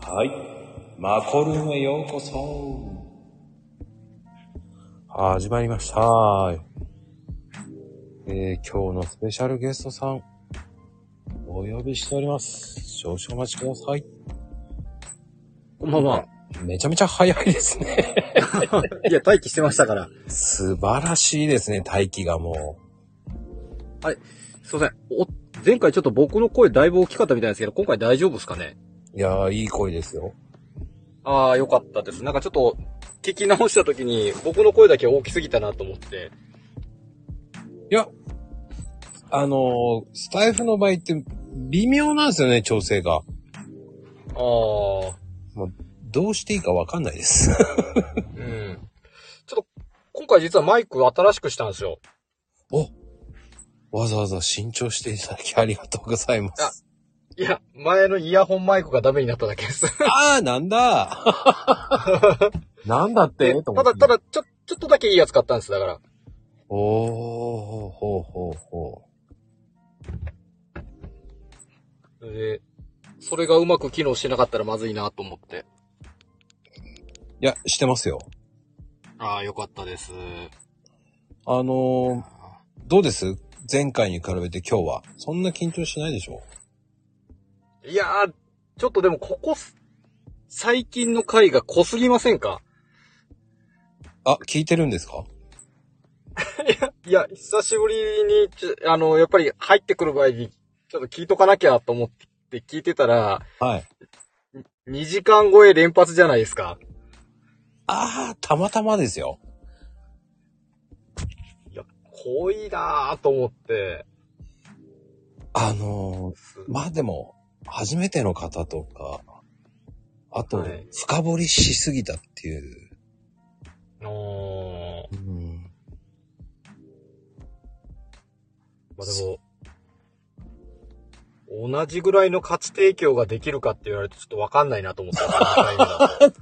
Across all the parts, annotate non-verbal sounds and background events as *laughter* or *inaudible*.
はい。マコルームへようこそ。始まりました。えー、今日のスペシャルゲストさん、お呼びしております。少々お待ちください。こんばんは。めちゃめちゃ早いですね。 *laughs* いや、待機してましたから。素晴らしいですね、大気がもすいません。お、前回ちょっと僕の声だいぶ大きかったみたいですけど、今回大丈夫ですかねう。いやー、いい声ですよ。ああ、よかったです。なんかちょっと、聞き直した時に、僕の声だけ大きすぎたなと思って。いや、あのースタイフの場合って微妙なんですよね、調整が。ああ、どうしていいかわかんないです。うん。ちょっと、今回実はマイク新しくしたんですよ。おわざわざ新調していただきありがとうございます。いや、前のイヤホンマイクがダメになっただけです。ああー、なんだ *laughs* なんだっでてと思たってだ、 *laughs* ただ、ちょ、ちょっとだけいいやつ買ったんです、だから。おー、ほうほうほうほで、それがうまく機能してなかったらまずいなと思って。う。いや、してますよ。ああ、よかったです。あのー、どうです前回に比べて今日は。そんな緊張しないでしょいやー、ちょっとでもここす、最近の回が濃すぎませんかあ、聞いてるんですかいや、久しぶりにちょ、あの、やっぱり入ってくる前に、ちょっと聞いとかなきゃと思って聞いてたら、はい。 2時間超え連発じゃないですか。ああ、たまたまですよ。いや、濃いなーと思って。あのすー、まあでも、初めての方とか、あとはい、深掘りしすぎたっていう。おーうんまあ、でも、同じぐらいの価値提供ができるかって言われるとちょっとわかんないなと思った。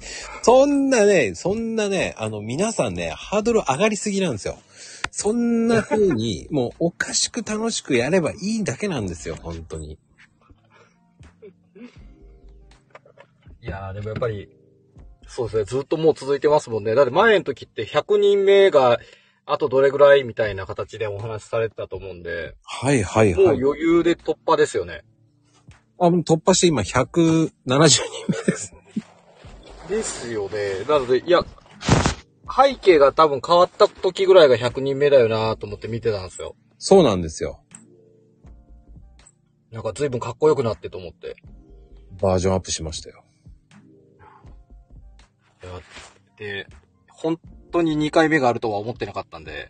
そんなね、そんなね、あの、皆さんね、ハードル上がりすぎなんですよ。そんな風 *laughs* に、もう、おかしく楽しくやればいいだけなんですよ、本当に。いやー、でもやっぱり、そうですね、ずっともう続いてますもんね。だって前の時って100人目が、あとどれぐらいみたいな形でお話しされてたと思うんで、はいはいもうはい。余裕で突破ですよね。あもう突破して今、170人目です。ですよね。なので、いや、背景が多分変わった時ぐらいが100人目だよなーと思って見てたんですよ。そうなんですよ。なんか随分かっこよくなってと思って。バージョンアップしましたよ。いやで、本当に2回目があるとは思ってなかったんで、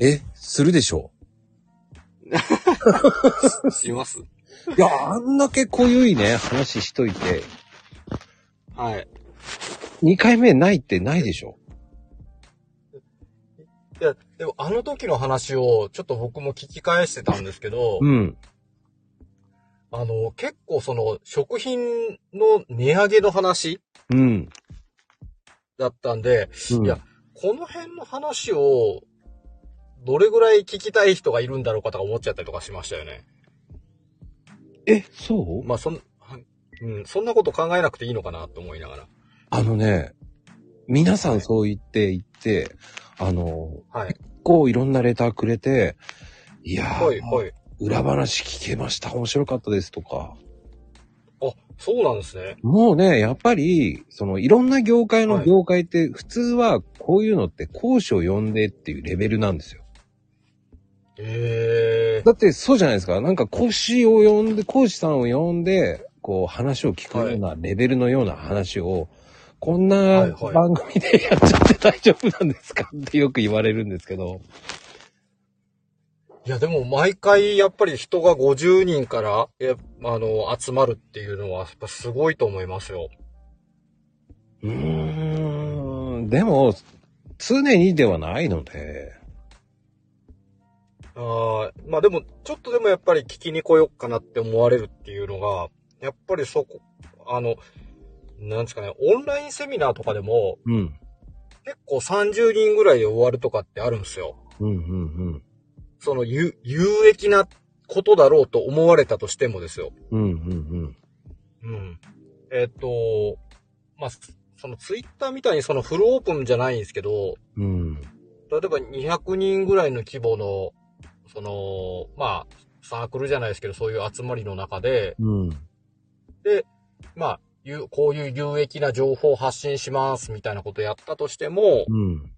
え、するでしょしますういや、あんだけ濃ゆいね、話しといて、はい。 2回目ないってないでしょいや、でもあの時の話をちょっと僕も聞き返してたんですけど、うん。あの、結構その食品の値上げの話うん。だったんで、うん、いやこの辺の話をどれぐらい聞きたい人がいるんだろうかとか思っちゃったりとかしましたよね。え、そうまあそん、はいうん、そんなこと考えなくていいのかなと思いながら。あのね、皆さんそう言って言って、あの、はい。こういろんなレターくれて、いやー、ほいほい。裏話聞けました、面白かったですとか。あ、そうなんですね。もうね、やっぱり、そのいろんな業界のはい業界って、普通はこういうのって講師を呼んでっていうレベルなんですよ。ええだってそうじゃないですか。なんか講師を呼んで、講師さんを呼んで、こう話を聞くようなレベルのような話を、こんはないはい番組でやっちゃって大丈夫なんですかってよく言われるんですけど。いや、でも毎回やっぱり人が50人から、えあの、集まるっていうのは、やっぱすごいと思いますよ。うーんでも、常にではないので、あーまあでも、ちょっとでもやっぱり聞きに来よっかなって思われるっていうのが、やっぱりそこ、あの、なんですかね、オンラインセミナーとかでも、うん。結構30人ぐらいで終わるとかってあるんですよ。うん、うん、その、有、有益なことだろうと思われたとしてもですよ。うん。うん、うん、うん。うん。えっと、まあ、そのツイッターみたいにそのフルオープンじゃないんですけど、うん。例えば200人ぐらいの規模の、その、まあ、サークルじゃないですけど、そういう集まりの中で、うん。まあ、ゆこういう有益な情報を発信しますみたいなことやったとしても、うん。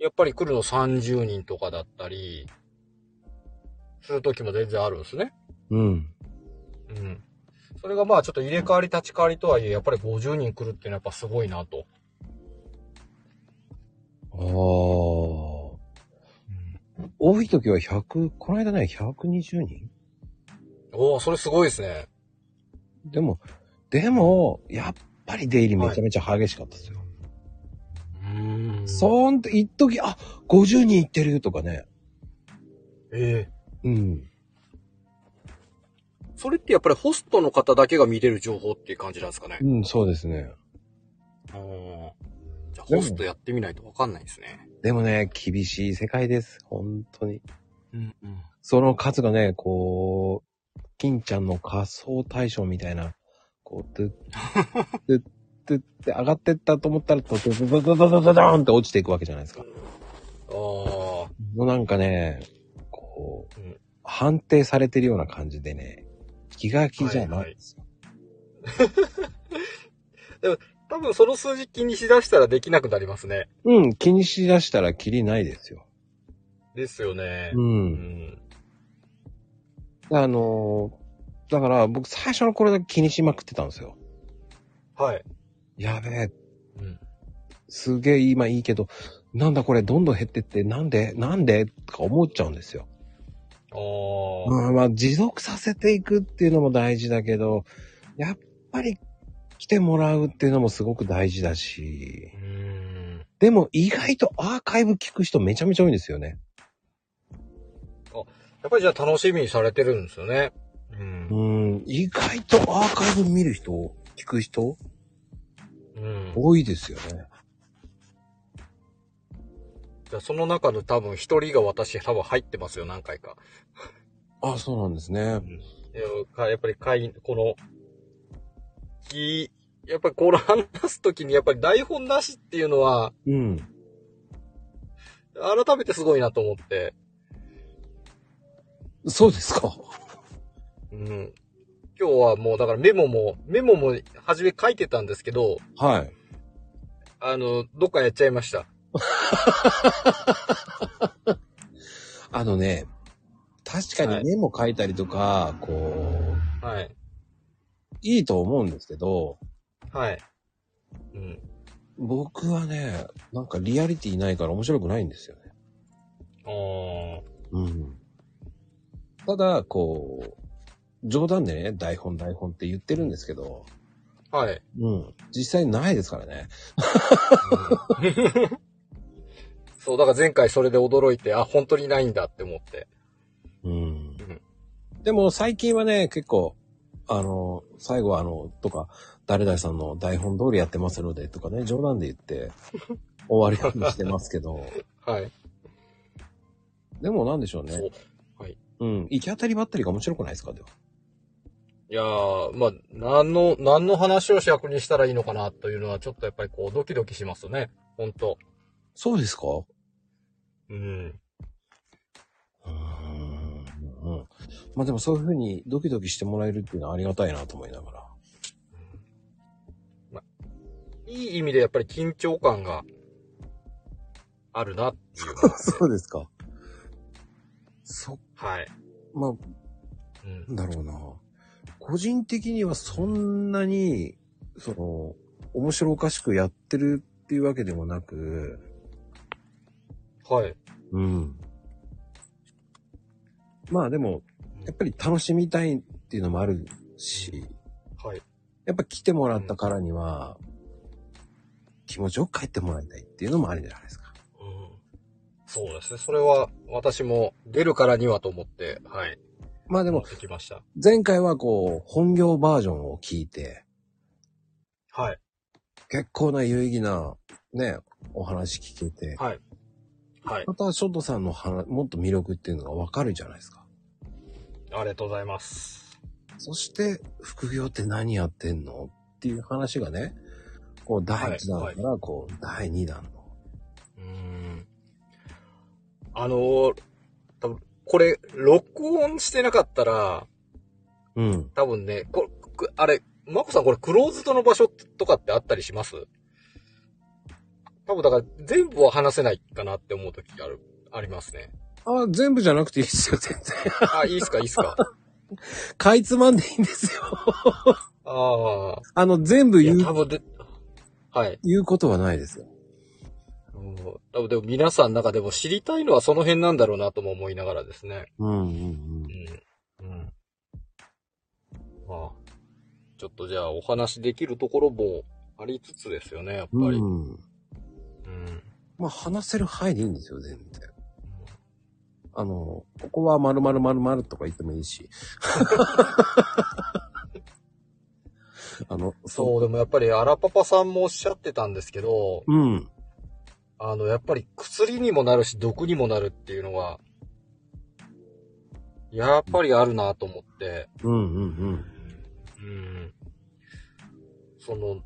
やっぱり来るの30人とかだったり、する時も全然あるんですね。うん。うん。それがまあちょっと入れ替わり立ち替わりとはいえ、やっぱり50人来るっていうのはやっぱすごいなと。ああ。多い時は100、この間ね、120人おおそれすごいですね。でも、でも、やっぱり出入りめちゃめちゃ激しかったですよ。うんう。そんと、一時あ、50人いってるとかね。ええうん。それってやっぱりホストの方だけが見れる情報っていう感じなんですかね。うん、そうですね。うん。じゃあでもホストやってみないとわかんないですね。でもね、厳しい世界です。本当に。うんうん。その数がね、こう、金ちゃんの仮想対象みたいな、こう、ドゥッ、ドゥッ、ドゥッって上がってったと思ったら、ドドドドドドドドーンって落ちていくわけじゃないですか。ああ。もうなんかね、こう、うん判定されてるような感じでね、気が気じゃないんですよ。多分その数字気にしだしたらできなくなりますね。うん、気にしだしたらキリないですよ。ですよね。う。うんん。あのーだから僕最初の頃だけ気にしまくってたんですよ。はい。やべえ、うん。すげえ今いいけど、なんだこれどんどん減ってって、なんでなんでとか思っちゃうんですよ。ああ。まあまあ持続させていくっていうのも大事だけど、やっぱり来てもらうっていうのもすごく大事だしう、ん。でも意外とアーカイブ聞く人めちゃめちゃ多いんですよね。やっぱりじゃあ楽しみにされてるんですよね。う。うんん、意外とアーカイブ見る人、聞く人うん。多いですよね。じゃあその中の多分一人が私多分入ってますよ、何回か。あ、そうなんですね。いやかやっぱり会、この、き、やっぱりこれ話すときにやっぱり台本なしっていうのは、うん。改めてすごいなと思って。そうですか。うん。今日はもうだからメモも、メモも初め書いてたんですけど、はい。あの、どっかやっちゃいました。あのね、確かはにメいモ書いたりとか、こう、はい。いいと思うんですけど、はい。うん。僕はね、なんかリアリティないから面白くないんですよね。あーうん。ただ、こう、冗談でね、台本台本って言ってるんですけど、はい。うん。実際ないですからね。そう、だから前回それで驚いて、あ、本当にないんだって思って。うん。でも最近はね、結構、あの、最後はあの、とか、誰々さんの台本通りやってますので、とかね、冗談で言 *laughs* って、終わりようにしてますけど、はい。でもなんでしょうそねう。はい。うん。行き当たりばったりが面白くないですかでは。いやー、まあ、何の、何の話を主役にしたらいいのかなというのは、ちょっとやっぱりこう、ドキドキしますね。本当そうですかうん。うーん。うん。まあでもそういうふうにドキドキしてもらえるっていうのはありがたいなと思いながら。いい意味でやっぱり緊張感があるなっていう。そうですか。そ、はい。まあ、うん。なんだろうな。個人的にはそんなに、その、面白おかしくやってるっていうわけでもなく、はい。うん。まあでも、やっぱり楽しみたいっていうのもあるし、はい。やっぱ来てもらったからには、気持ちよく帰ってもらいたいっていうのもあるじゃないですか。うん。そうですね。それは、私も出るからにはと思って、はい。まあでも、できました。前回はこう、本業バージョンを聞いて、はい。結構な有意義な、ね、お話聞けて、はい。はい。また、ショットさんの話、もっと魅力っていうのがわかるじゃないですか。ありがとうございます。そして、副業って何やってんのってっていう話がね、こう、第1弾から、こう、第2弾の。うーんあのー多分これ、録音してなかったら、うん。多分ね、こくあれ、マコさんこれクローズドの場所とかってあったりします多分だから全部は話せないかなって思う時ある、ありますね。あ、全部じゃなくていいですよ、全然。 *laughs* あ、いいっすか、いいっすか。かいつまんでいいんですよ。ああの、全部あ。いや言、多う、分で、はい。言うことはないですよ。うん多分でも皆さんの中でも知りたいのはその辺なんだろうなとも思いながらですね。うんうんうん。うん。うん。まあ、ちょっとじゃあお話できるところもありつつですよね、やっぱり。うん。うん。まあ、話せる範囲でいいんですよ、全然。あの、ここは〇〇〇〇とか言ってもいいし。 *laughs* あの、そう、でもやっぱり、アラパパさんもおっしゃってたんですけど、う。うん。あの、やっぱり薬にもなるし、毒にもなるっていうのは、やっぱりあるなと思って、うんうんうん。その、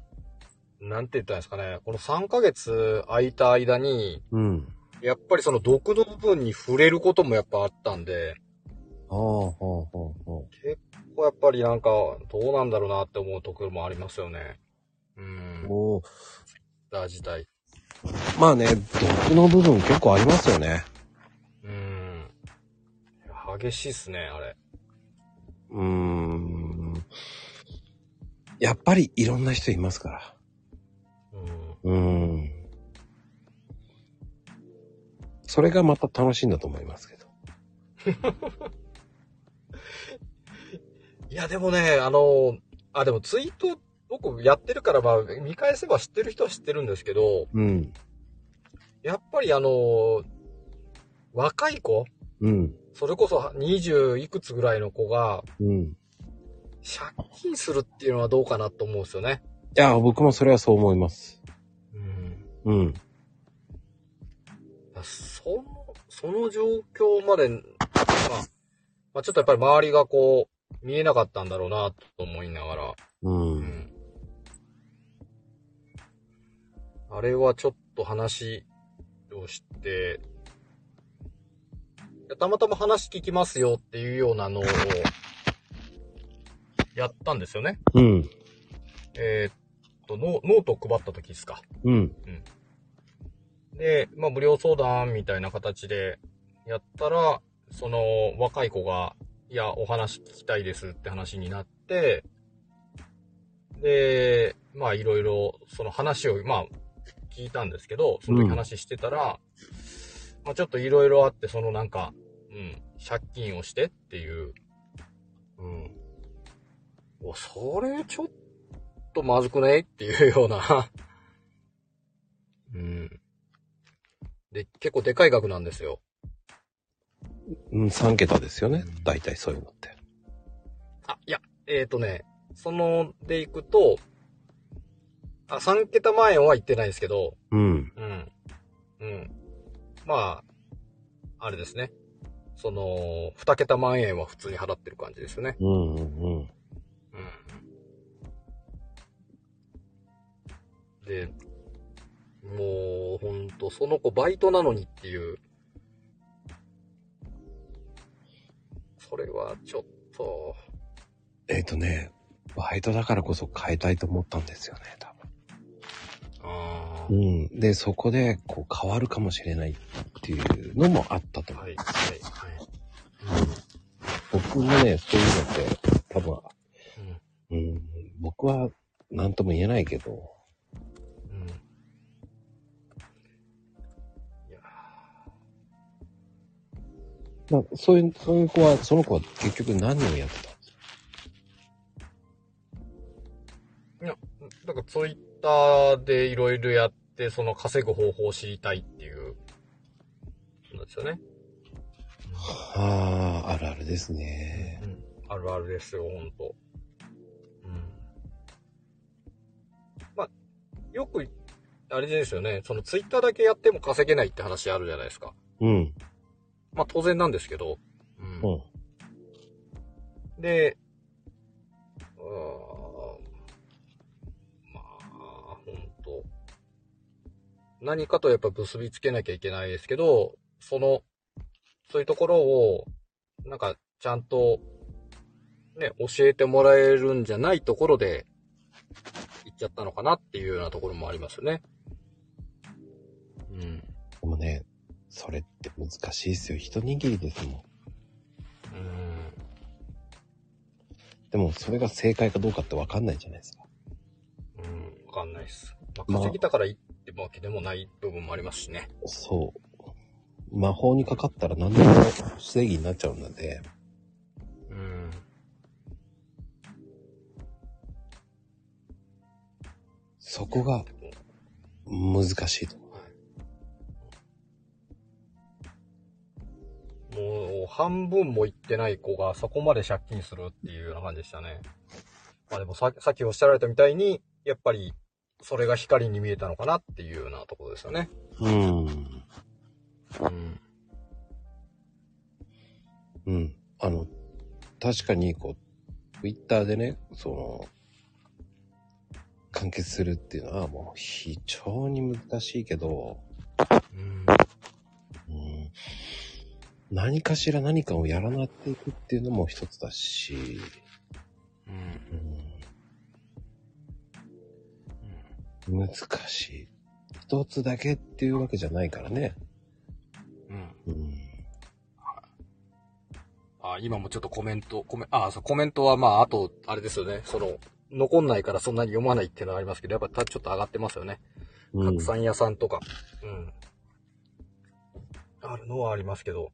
なんて言ったらいいんですかね、この3ヶ月空いた間に、うん。うん。やっぱりその毒の部分に触れることもやっぱあったんで、ああ、ほうほうほここはやっぱりなんか、どうなんだろうなって思うところもありますよね。うんう。。おーだ自体。まあね、毒の部分結構ありますよね。うん。激しいっすね、あれ。うーん。やっぱりいろんな人いますから。うん。うーん。それがまた楽しいんだと思いますけど。いや、でもね、あの、あ、でもツイート、僕やってるから、まあ、見返せば知ってる人は知ってるんですけど、うん。やっぱりあの、若い子、うん。それこそ20いくつぐらいの子が、うん。い借金するっていうのはどうかなと思うんですよね。や、僕もそれはそう思います。うん。うん。その、その状況まで、まあ、まあ、ちょっとやっぱり周りがこう、見えなかったんだろうな、と思いながら、う。うんん。あれはちょっと話をして、いやたまたま話聞きますよっていうようなのを、やったんですよね。うん。えーっと、ノノートを配った時ですか。うん。で、まあ、無料相談みたいな形でやったら、その若い子が、いや、お話聞きたいですって話になって、で、まあ、いろいろ、その話を、まあ、聞いたんですけど、そのうん時話してたら、まあ、ちょっといろいろあって、そのなんか、うん、借金をしてっていう、うん。お、それちょっとまずくないっていうような、 *laughs* うん。で、結構でかい額なんですよ。うん、3桁ですよね。大体そういうのって。あ、いや、えっ、ー、とね、その、で行くと、あ、3桁万円は言ってないですけど、うん。うん。うん。まあ、あれですね。その、2桁万円は普通に払ってる感じですね。うんうんうん。うん。で、もう、ほんと、その子バイトなのにっていう。それはちょっと、えっ、とね、バイトだからこそ変えたいと思ったんですよね、多あー分。うん。で、そこで、こう、変わるかもしれないっていうのもあったと思う。はい、はい、はい。僕もね、そういうのって、多分、ううんん、僕は、なんとも言えないけど、うんいやまあ、そういう、そういう子は、その子は結局何をやってたんですかーなんかツイッターでいろいろやって、その稼ぐ方法を知りたいっていう、なんですよね。ああ、あるあるですね。うん、あるあるですよ、ほんと。うん。まあ、よく、あれですよね、そのツイッターだけやっても稼げないって話あるじゃないですか。うん。まあ当然なんですけど。うんうん。で、うーん何かとやっぱ結びつけなきゃいけないですけど、その、そういうところを、なんか、ちゃんと、ね、教えてもらえるんじゃないところで、行っちゃったのかなっていうようなところもありますよね。うん。でもね、それって難しいですよ。一握りですもん。うん。でも、それが正解かどうかってわかんないじゃないですか。うん。わかんないです。まあ、まあ稼ぎたからいいってわけでもない部分もありますしね。そう。魔法にかかったら何でも正義になっちゃうので、うん。そこが難しいと。もう半分も行ってない子がそこまで借金するっていうような感じでしたね。まあでもささっきおっしゃられたみたいに、やっぱりそれが光に見えたのかなっていうようなところですよね。うん。うん。うん。あの、確かに、こう、ツイッターでね、その、完結するっていうのはもう非常に難しいけど、うん。うん、何かしら何かをやらなっていくっていうのも一つだし、うん。うん、難しい。一つだけっていうわけじゃないからね。ううん。ん、あ、今もちょっとコメント、コメ、あ、そう、コメントはまあ、あと、あれですよね。その、残んないからそんなに読まないっていうのはありますけど、やっぱたちょっと上がってますよね。うん拡散屋さんとか、うん。あるのはありますけど。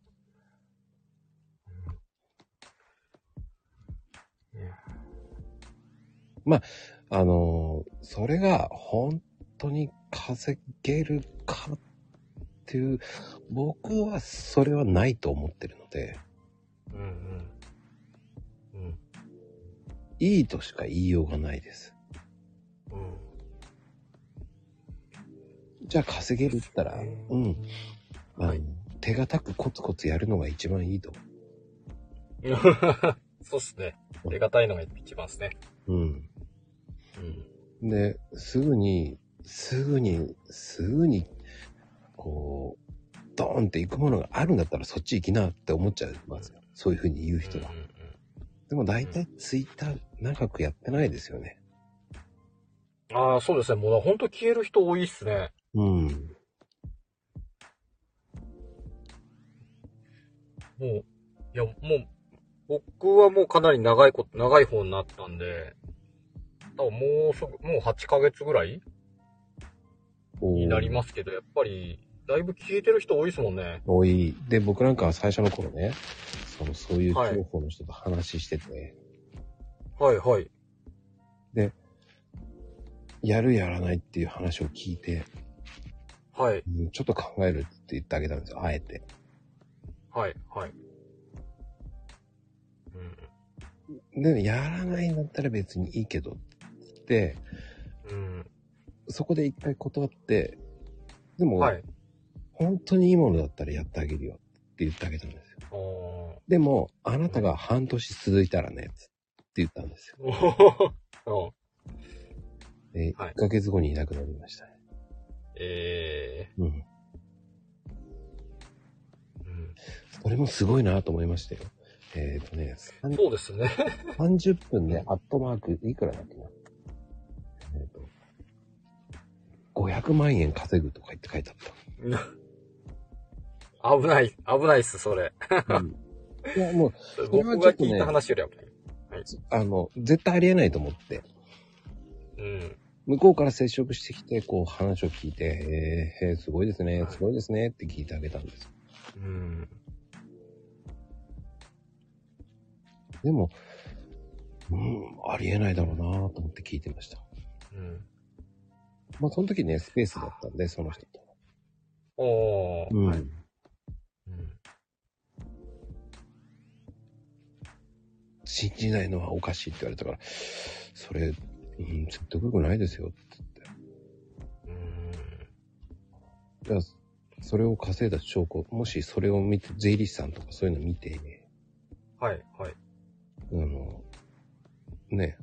あのーそれが本当に稼げるかっていう、僕はそれはないと思ってるので、うんうん。いいとしか言いようがないです。うん。うん。じゃあ稼げるったら、うん、。あのはい手堅くコツコツやるのが一番いいと。 *laughs* そうっすね。手堅いのが一番ですね。うん。うん。で、すぐに、すぐに、すぐに、こう、ドーンって行くものがあるんだったらそっち行きなって思っちゃいますよ。そういうふうに言う人は。うんうんでも大体ツイッター長くやってないですよね。うん。ああ、そうですね。もう本当消える人多いっすね。うん。。もう、いや、もう、僕はもうかなり長いこと、長い方になったんで、多分もうすぐ、もう8ヶ月ぐらいになりますすけど、やっぱり、だいぶ消えてる人多いですもんね。多い。で、僕なんかは最初の頃ね、そのそういうはい情報の人と話してて、はいはい。やるやらないっていう話を聞いて、はい。うんちょっと考えるって言ってあげたんですよ、あえて。はい。はい。うん。で、やらないんだったら別にいいけどって、うん。そこで一回断って、でも、はい。本当にいいものだったらやってあげるよって言ってあげたんですよ。おおでも、あなたが半年続いたらね、つって言ったんですよ。ー。 *laughs* うんで、はい1ヶ月後にいなくなりましたね。えうん。えうん。それもすごいなと思いましたよ。えっ、とね、さそうですね。ん30分でアットマークいくらだっけな。えっ、と、500万円稼ぐとか言って書いてあった。危ない、危ないっす、それ。いや、 *laughs* もう、れは僕ちょがっとね聞いた話より危ない。あの、絶対ありえないと思って、うん。向こうから接触してきて、こう話を聞いて、えー、へーすごいですね、すごいですねって聞いてあげたんです。うん。でも、うん、ありえないだろうなと思って聞いてました。うん。まあ、その時ね、スペースだったんで、その人と。おー。はい。うん信じないのはおかしいって言われたから、それ、うん、説得力ないですよって言っうて。じゃあ、それを稼いだ証拠、もしそれを見て、税理士さんとかそういうの見て、ん。はい、はい。あの、ね、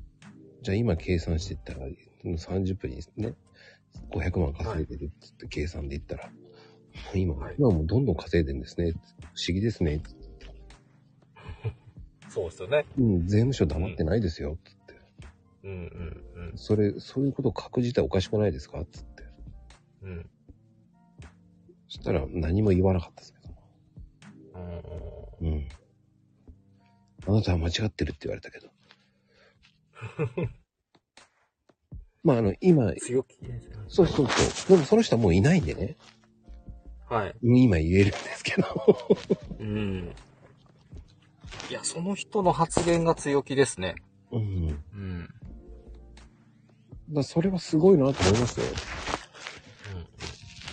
じゃあ今計算してったら、30分にね、 500万稼いでるっつって計算で言ったら、今、はい今もうどんどん稼いでるんですね。不思議ですね。そうですよね。うん、税務署黙ってないですよ。つって。うんうんそれ、そういうことを書く自体おかしくないですかつって。うん。うん。そしたら何も言わなかったですけど。うんうん。あなたは間違ってるって言われた *laughs* けど。まあ、あの、今、強気ですね。そうそうそう。でもその人はもういないんでね。はい。今言えるんですけど。うん。いや、その人の発言が強気ですね。うん。だかうん。らそれはすごいなと思いますよ。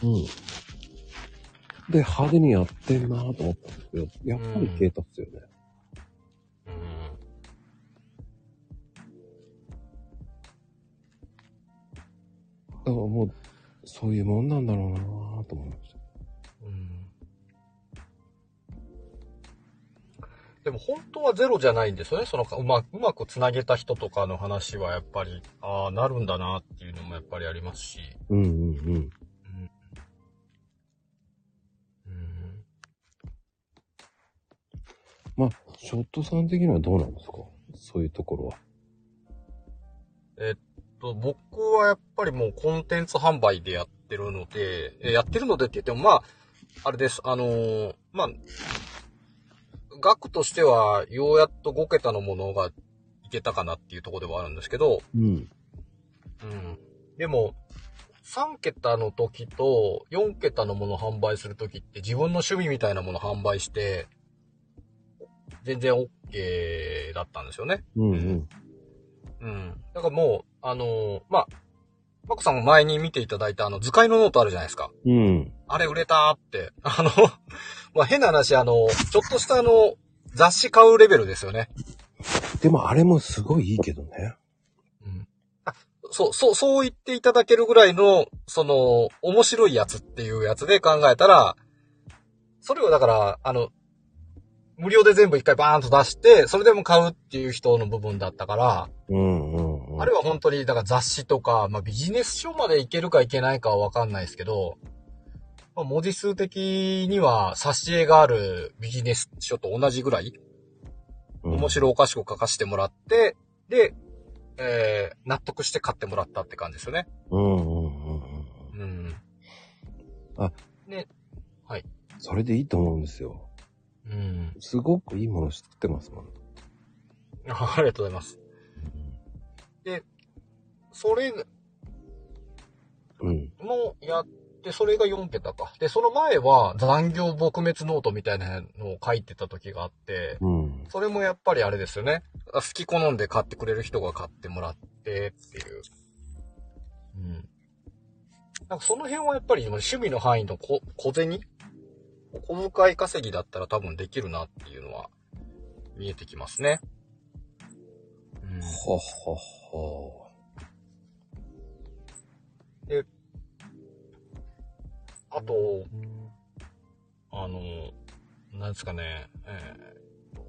うん。で、派手にやってんなと思ったんですけど、やっぱり消えたっすよね。うん。うん。だからもう、そういうもんなんだろうなと思いました。うんでも本当はゼロじゃないんですよね。そのうまうまくつなげた人とかの話はやっぱり、ああ、なるんだなっていうのもやっぱりありますし。うんうんうん。うん、まあ、ショットさん的にはどうなんですかそういうところは。と僕はやっぱりもうコンテンツ販売でやってるので、えやってるのでって言っても、まあ、あれです。あのーまあ、額としては、ようやっと5桁のものがいけたかなっていうところではあるんですけど、うん。うん。でも、3桁の時と4桁のものを販売する時って自分の趣味みたいなものを販売して、全然 OK だったんですよね。うんうん。うん。だからもう、あのーまあ、マコさんも前に見ていただいたあの図解のノートあるじゃないですか。うん。あれ売れたーって。あの、 *laughs* まあ、変な話、あの、ちょっとしたあの、雑誌買うレベルですよね。でもあれもすごいいいけどね。うんあそう、そう、そう言っていただけるぐらいの、その、面白いやつっていうやつで考えたら、それをだから、あの、無料で全部一回バーンと出して、それでも買うっていう人の部分だったから、うんうんうん。あれは本当に、だから雑誌とか、まあビジネス書までいけるかいけないかはわかんないですけど、まあ、文字数的には挿絵があるビジネス書と同じぐらい面白おかしく書かせてもらって、で、えー、納得して買ってもらったって感じですよね。うんうんうんうん。うん。あ、ね、それでいいと思うんですよ。うん。 *laughs* すごくいいもの知ってますもん。あありがとうございます。それうん。もやって、それが4桁か。で、その前は残業撲滅ノートみたいなのを書いてた時があって、うん。それもやっぱりあれですよね。あ好き好んで買ってくれる人が買ってもらってっていう。うん。なんかその辺はやっぱり趣味の範囲の小小銭小遣い稼ぎだったら多分できるなっていうのは見えてきますね。うんほほほ。あと、あの、なんですかね、えーと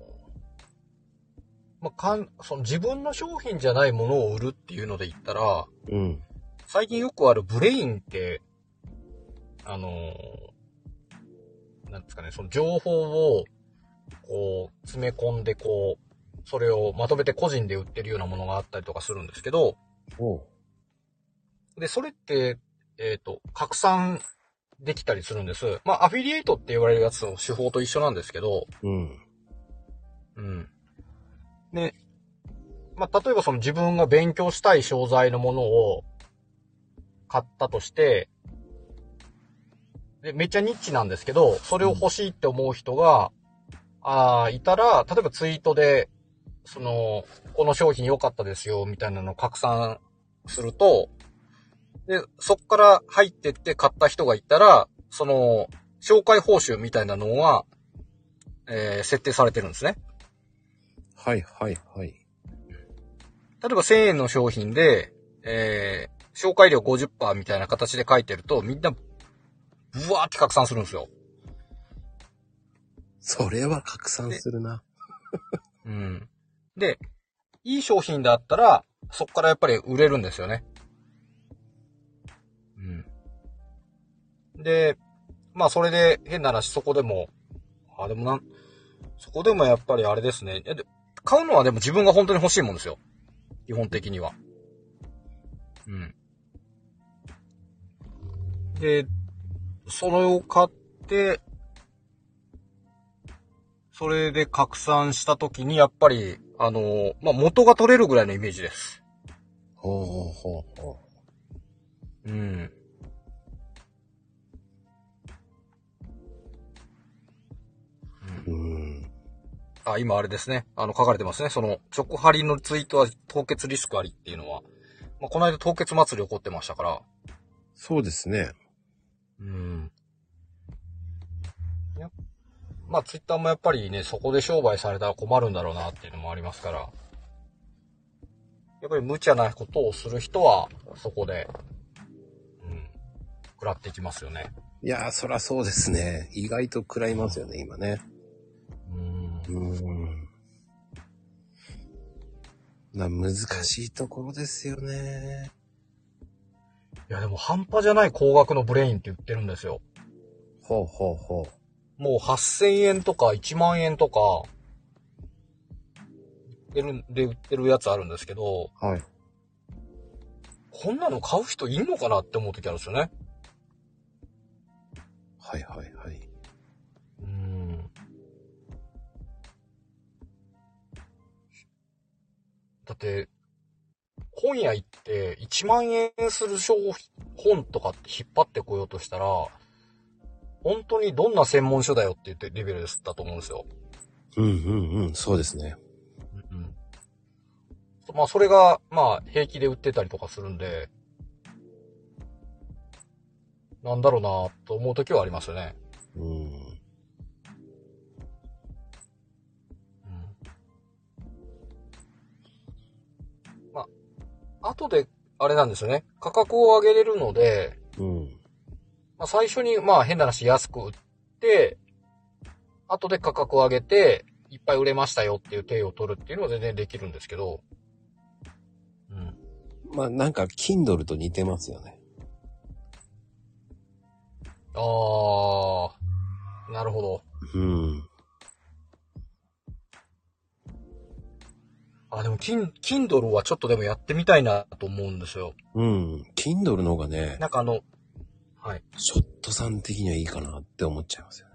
まあ、かん、その自分の商品じゃないものを売るっていうので言ったら、うん。最近よくあるブレインって、あのーなんですかね、その情報を、こう、詰め込んで、こう、それをまとめて個人で売ってるようなものがあったりとかするんですけど、ほう。で、それって、えっ、と、拡散できたりするんです。まあ、アフィリエイトって言われるやつの手法と一緒なんですけど、うん。うん。で、まあ、例えばその自分が勉強したい商材のものを買ったとして、で、めっちゃニッチなんですけど、それを欲しいって思う人が、ああ、いたら、例えばツイートで、その、この商品良かったですよ、みたいなのを拡散すると、で、そっから入ってって買った人がいたら、その、紹介報酬みたいなのは、えー設定されてるんですね。はいはいはい。例えば1000円の商品で、えー、紹介料50%みたいな形で書いてると、みんな、ブワーって拡散するんですよ。それは拡散するな。うん。で、いい商品だったら、そこからやっぱり売れるんですよね。で、まあそれで変な話そこでも、あ、でもなん、そこでもやっぱりあれですね。えで買うのはでも自分が本当に欲しいもんですよ。基本的には。うん。で、それを買って、それで拡散した時にやっぱり、あの、まあ元が取れるぐらいのイメージです。ほうほうほうほうん。う。うん。あ、今あれですね。あの、書かれてますね。その、チョコハリのツイートは凍結リスクありっていうのは。まあ、この間凍結祭り起こってましたから。そうですね。うん。やまあ、ツイッターもやっぱりね、そこで商売されたら困るんだろうなっていうのもありますから。やっぱり無茶なことをする人は、そこで、うん、食らっていきますよね。いやー、そらそうですね。意外と食らいますよね、今ね。うん。うん。な難しいところですよね。いや、でも半端じゃない高額のブレインって言ってるんですよ。ほうほうほもう8000円とか1万円とか、売ってる、で売ってるやつあるんですけど、う。はい。こんなの買う人いるのかなって思う時あるんですよね。はいはいはい。うん。だって、本屋行って1万円する商品、本とかって引っ張ってこようとしたら、本当にどんな専門書だよって言ってレベルだと思うんですよ。うんうんうん、そうですね。うん。まあ、それが、まあ、平気で売ってたりとかするんで、なんだろうなと思う時はありますよね。うん。うん。まあ、後で、あれなんですよね。価格を上げれるので、うん。まあ、最初に、まあ、変な話、安く売って、後で価格を上げて、いっぱい売れましたよっていう手を取るっていうのは全然できるんですけど、うん。まあなんか、Kindle と似てますよね。あー、なるほど。うん。あ、でも、キン、キンドルはちょっとでもやってみたいなと思うんですよ。うん。Kindle の方がね、なんかあの、はい。ショットさん的にはいいかなって思っちゃいますよね。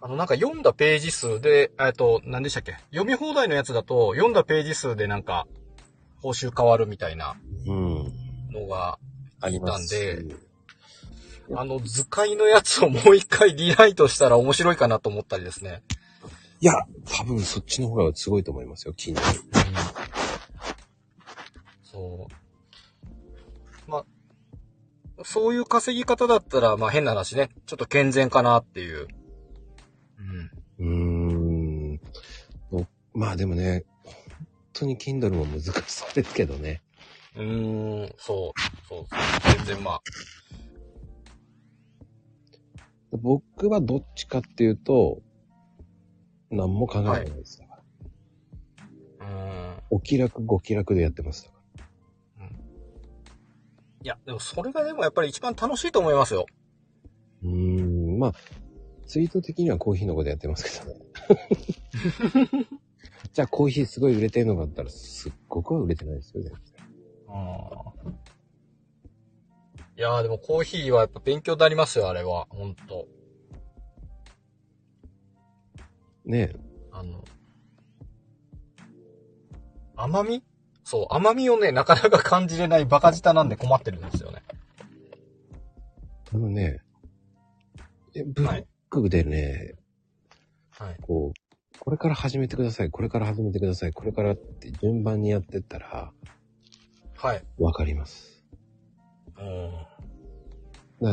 あの、なんか読んだページ数で、えっと、何でしたっけ読み放題のやつだと、読んだページ数でなんか、報酬変わるみたいなうん。のが、ありますし。なんあの、図解のやつをもう一回リライトしたら面白いかなと思ったりですね。いや、多分そっちの方がすごいと思いますよ、Kindle。そう。ま、そういう稼ぎ方だったら、まあ変な話ね。ちょっと健全かなっていう。ううーん。ん。おまあでもね、本当に Kindle も難しそうですけどね。うーん、そう、そう、そう全然まあ、僕はどっちかっていうと、何も考えないです。うーん。お気楽、ご気楽でやってます。いや、でもそれがでもやっぱり一番楽しいと思いますよ。うーん、まあ、ツイート的にはコーヒーのことやってますけどね。じゃあコーヒーすごい売れてるのがあったら、すっごくは売れてないですよね。いやーでもコーヒーはやっぱ勉強になりますよ、あれは。ほんと。ねあの、甘みそう、甘みをね、なかなか感じれないバカ舌なんで困ってるんですよね。あのね、えブはロッい。クでね、はい。こう、これから始めてください、これから始めてください、これからって順番にやってったら、はい。わかります。うん。だか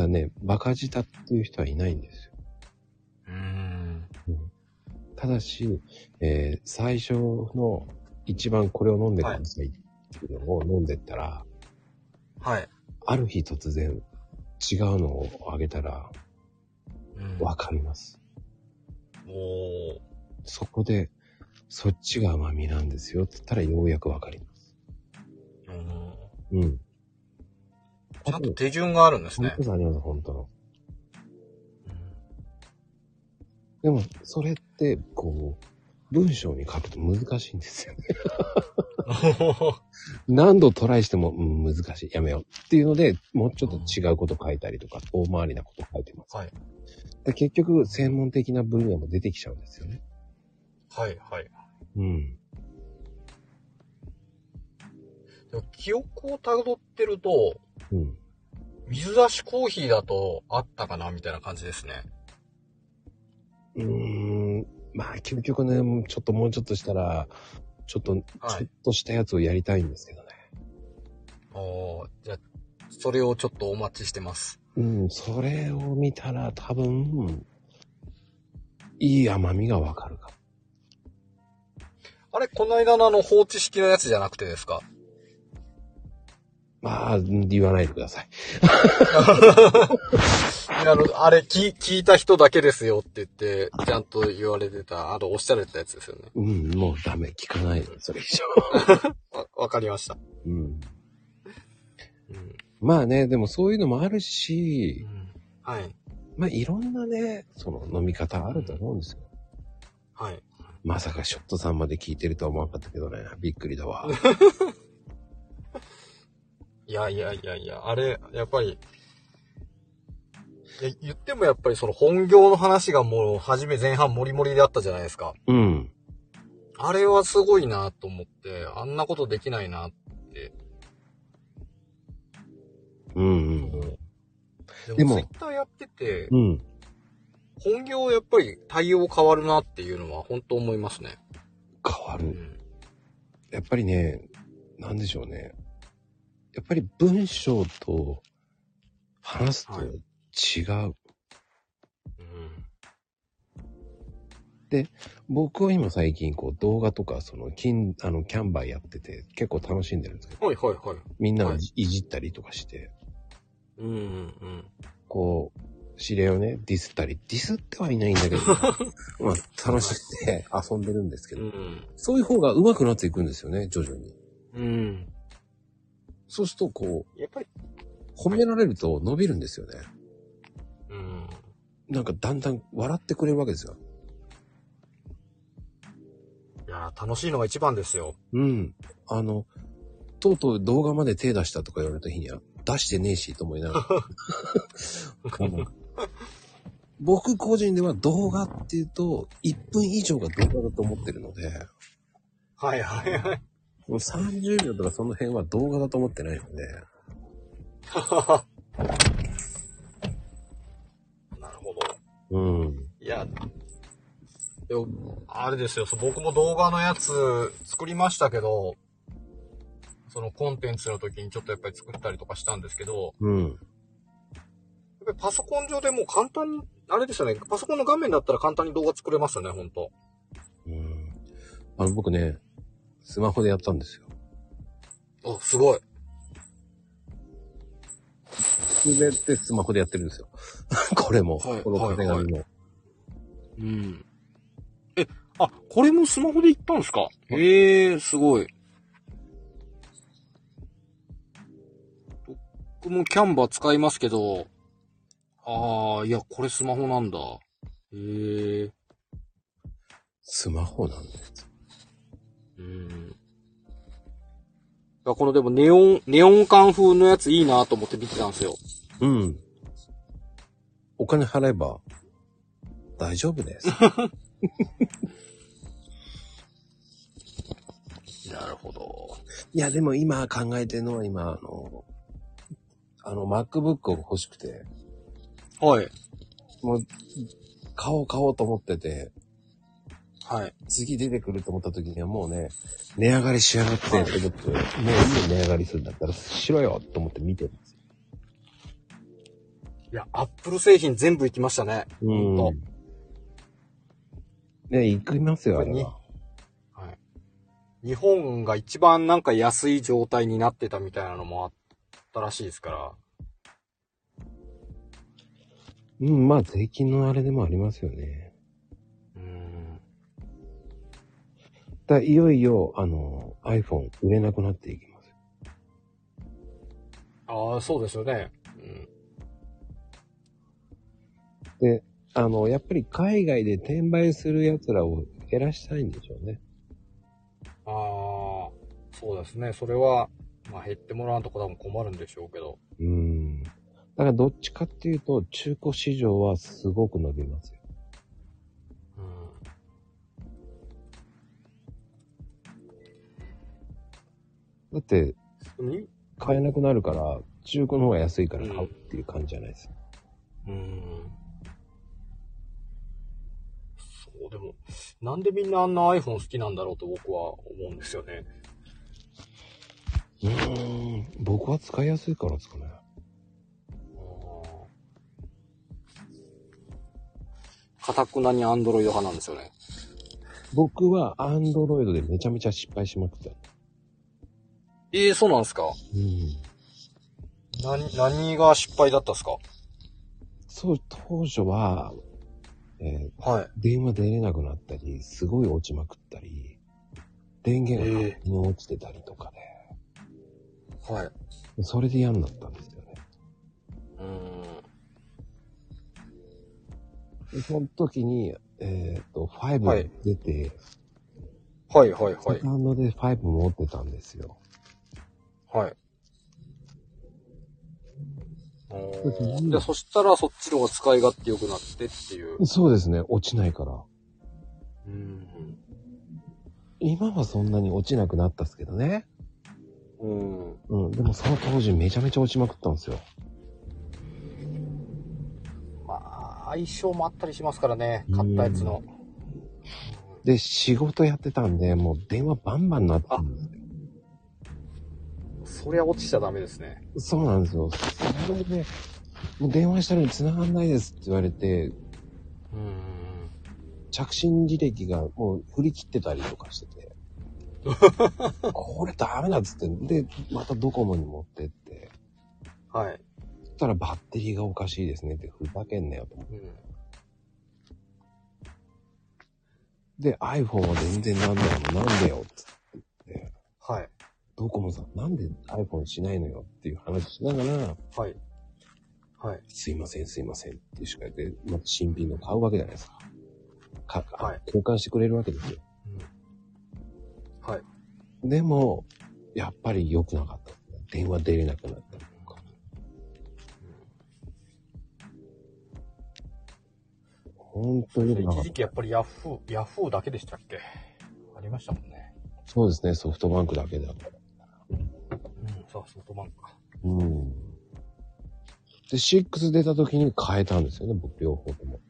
らね、バカ舌っていう人はいないんですよ。うん。ただし、えー最初の一番これを飲んでくださいっていうのを飲んでったら、はい。ある日突然違うのをあげたらうんわかります。おー。そこで、そっちが甘みなんですよって言ったらようやくわかります。うんうん。ちゃんと手順があるんです本ね当。だあります、本当の。でも、それって、こう、文章に書くと難しいんですよね。 *laughs* 何度トライしても、うん、難しい。やめよう。っていうので、もうちょっと違うこと書いたりとか、遠回りなこと書いてます。はい。で結局、専門的な分野も出てきちゃうんですよね。 *laughs* はい、はい。うん。でも記憶を辿ってると、うん。水出しコーヒーだとあったかなみたいな感じですね。うーん。まあ、究極ね、もうちょっともうちょっとしたら、ちょっと、ちはょっいとしたやつをやりたいんですけどね。おーじゃあそれをちょっとお待ちしてます。うん、それを見たら多分、いい甘みがわかるか。あれ、この間のあの放置式のやつじゃなくてですかまあ、言わないでください。いやあの、あれ聞、聞いた人だけですよって言って、ちゃんと言われてた、あとおっしゃられてたやつですよね。うん、もうダメ、聞かない。それ以 *laughs* 上。わ、わかりました。うん。うん。まあね、でもそういうのもあるし、はい。まあいろんなね、その飲み方あると思うんですよ。はい。まさかショットさんまで聞いてるとは思わなかったけどね、びっくりだ *laughs* わ。いやいやいやいや、あれ、やっぱり、いや言ってもやっぱりその本業の話がもう初め前半モリモリであったじゃないですか。うん。あれはすごいなと思って、あんなことできないなって。うんうん。ででもも、ツイッターやってて、うん。本業やっぱり対応変わるなっていうのは本当思いますね。変わうる。ん。やっぱりね、なんでしょうね。やっぱり文章と話すとはい違う。うん。僕は今最近こう動画とかその金、あのキャンバーやってて結構楽しんでるんですけど、はいはいはい。みんながはいいじったりとかして、うんうんこう、指令をね、ディスったり、ディスってはいないんだ *laughs* けど、まあ楽しくて遊んでるんですけうど、ん。そういう方が上手くなっていくんですよね、徐々に。うん。うん。そうするとこう、やっぱり、褒められると伸びるんですよね。うん。なんかだんだん笑ってくれるわけですよ。いやー、楽しいのが一番ですよ。うん。あの、とうとう動画まで手出したとか言われた日には、出してねえしと思いなが *laughs* ら。あの僕個人では動画っていうと、1分以上が動画だと思ってるので、はいはいはい。もう30秒とかその辺は動画だと思ってないので、なるほど。うん。いや、でもあれですよ、そう僕も動画のやつ作りましたけど、そのコンテンツの時にちょっとやっぱり作ったりとかしたんですけど、うん。やっぱりパソコン上でもう簡単に、あれですよね、パソコンの画面だったら簡単に動画作れますよね、ほんと。うん。あの、僕ね、スマホでやったんですよ。あ、すごい。すべてスマホでやってるんですよ。 *laughs* これも、はいこの壁紙も、はいうん。え、あ、これもスマホで行ったんですかへえー、すごい。僕もキャンバー使いますけど、ああ、いや、これスマホなんだ。へえー。スマホなんです。うん。このでもネオン、ネオン管風のやついいなと思って見てたんですよ。うん。お金払えば大丈夫 *laughs* です。なるほど。いや、でも今考えてるのは今、あの、あの、MacBook を欲しくて、はい。もう、買おう買おうと思ってて、はい。次出てくると思った時にはもうね、値上がりしやがってと思って、もういいよ値上がりするんだったらしろよと思って見てるんですよ。いや、アップル製品全部行きましたね。ほうん。ね、行きますよ、あれは。はい。日本が一番なんか安い状態になってたみたいなのもあったらしいですから。うん、まあ税金のあれでもありますよね。うん。だいよいよ、あの、iPhone 売れなくなっていきます。ああ、そうですよね。うん。で、あの、やっぱり海外で転売する奴らを減らしたいんでしょうね。ああ、そうですね。それは、まあ減ってもらわんとこ多分困るんでしょうけど。うん。だからどっちかっていうと、中古市場はすごく伸びますよ。うん。だって、でもに買えなくなるから、中古の方が安いから買うっていう感じじゃないですか。うん。そう、でも、なんでみんなあんな iPhone 好きなんだろうと僕は思うんですよね。うーん。僕は使いやすいからですかね。かたくなに Android 派なんですよね。僕はアンドロイドでめちゃめちゃ失敗しまくった。ええそうなんですかうん。な、何が失敗だったんですかそう、当初は、えーはい。電話出れなくなったり、すごい落ちまくったり、電源が勝手に落ちてたりとかで、はい。それで嫌になったんですよね。うん。でその時に、えっ、ー、と、5はがい出て、はいはいはセカンドで5持ってたんですよ。い。はい。ーんで、そしたらそっちの方が使い勝手良くなってっていう。そうですね、落ちないから。うん。今はそんなに落ちなくなったっすけどね。うん。うん、でもその当時めちゃめちゃ落ちまくったんですよ。まあ、相性もあったりしますからね。買ったやつの。で、仕事やってたんで、もう電話バンバンなってたんですよそりゃ落ちちゃダメですね。そうなんですよ。それで、もう電話したのに繋がんないですって言われて、うん。着信履歴がもう振り切ってたりとかして *laughs* て。これダメだっつって。で、またドコモに持ってって。はい。そしたらバッテリーがおかしいですねって、ふざけんなよと思って。うん。で、iPhone は全然なんだよ、なんでよっつって。はい。ドコモさん、なんで iPhone しないのよっていう話しながら、はい。はい。すいません、すいませんってしか言って、また新品の買うわけじゃないですか。か、はい交換してくれるわけですよ。うん。はい。でも、やっぱり良くなかった。電話出れなくなったとか。ほんと良くなか一っ時た。期やっぱりヤフー、ヤフーだけでしたっけありましたもんね。そうですね、ソフトバンクだけだから。うん。そう、ソフトバンクか。うん。で、6出た時に変えたんですよね、僕両方とも。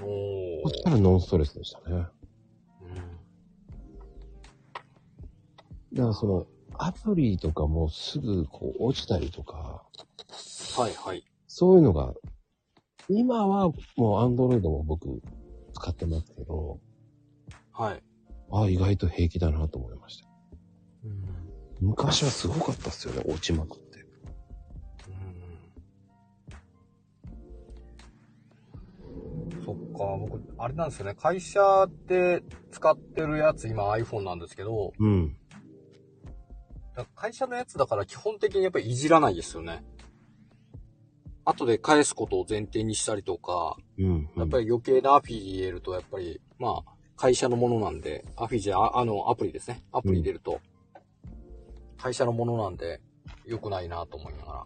おそしたらノンストレスでしたね。うだからその、アプリとかもすぐこう落ちたりとか、ん。はいはい。そういうのが、今はもうアンドロイドも僕使ってますけど、はい。ああ、意外と平気だなと思いました。うん。昔はすごかったっすよね、落ちまくって。そっか、僕、あれなんですよね。会社で使ってるやつ、今 iPhone なんですけど、うん。だ会社のやつだから基本的にやっぱりいじらないですよね。後で返すことを前提にしたりとか、うん。やっぱり。り余計なアフィリ入れると、やっぱり、まあ、会社のものなんで、アフィじゃ、ああの、アプリですね。アプリ入れると、会社のものなんで、良くないなと思いながら。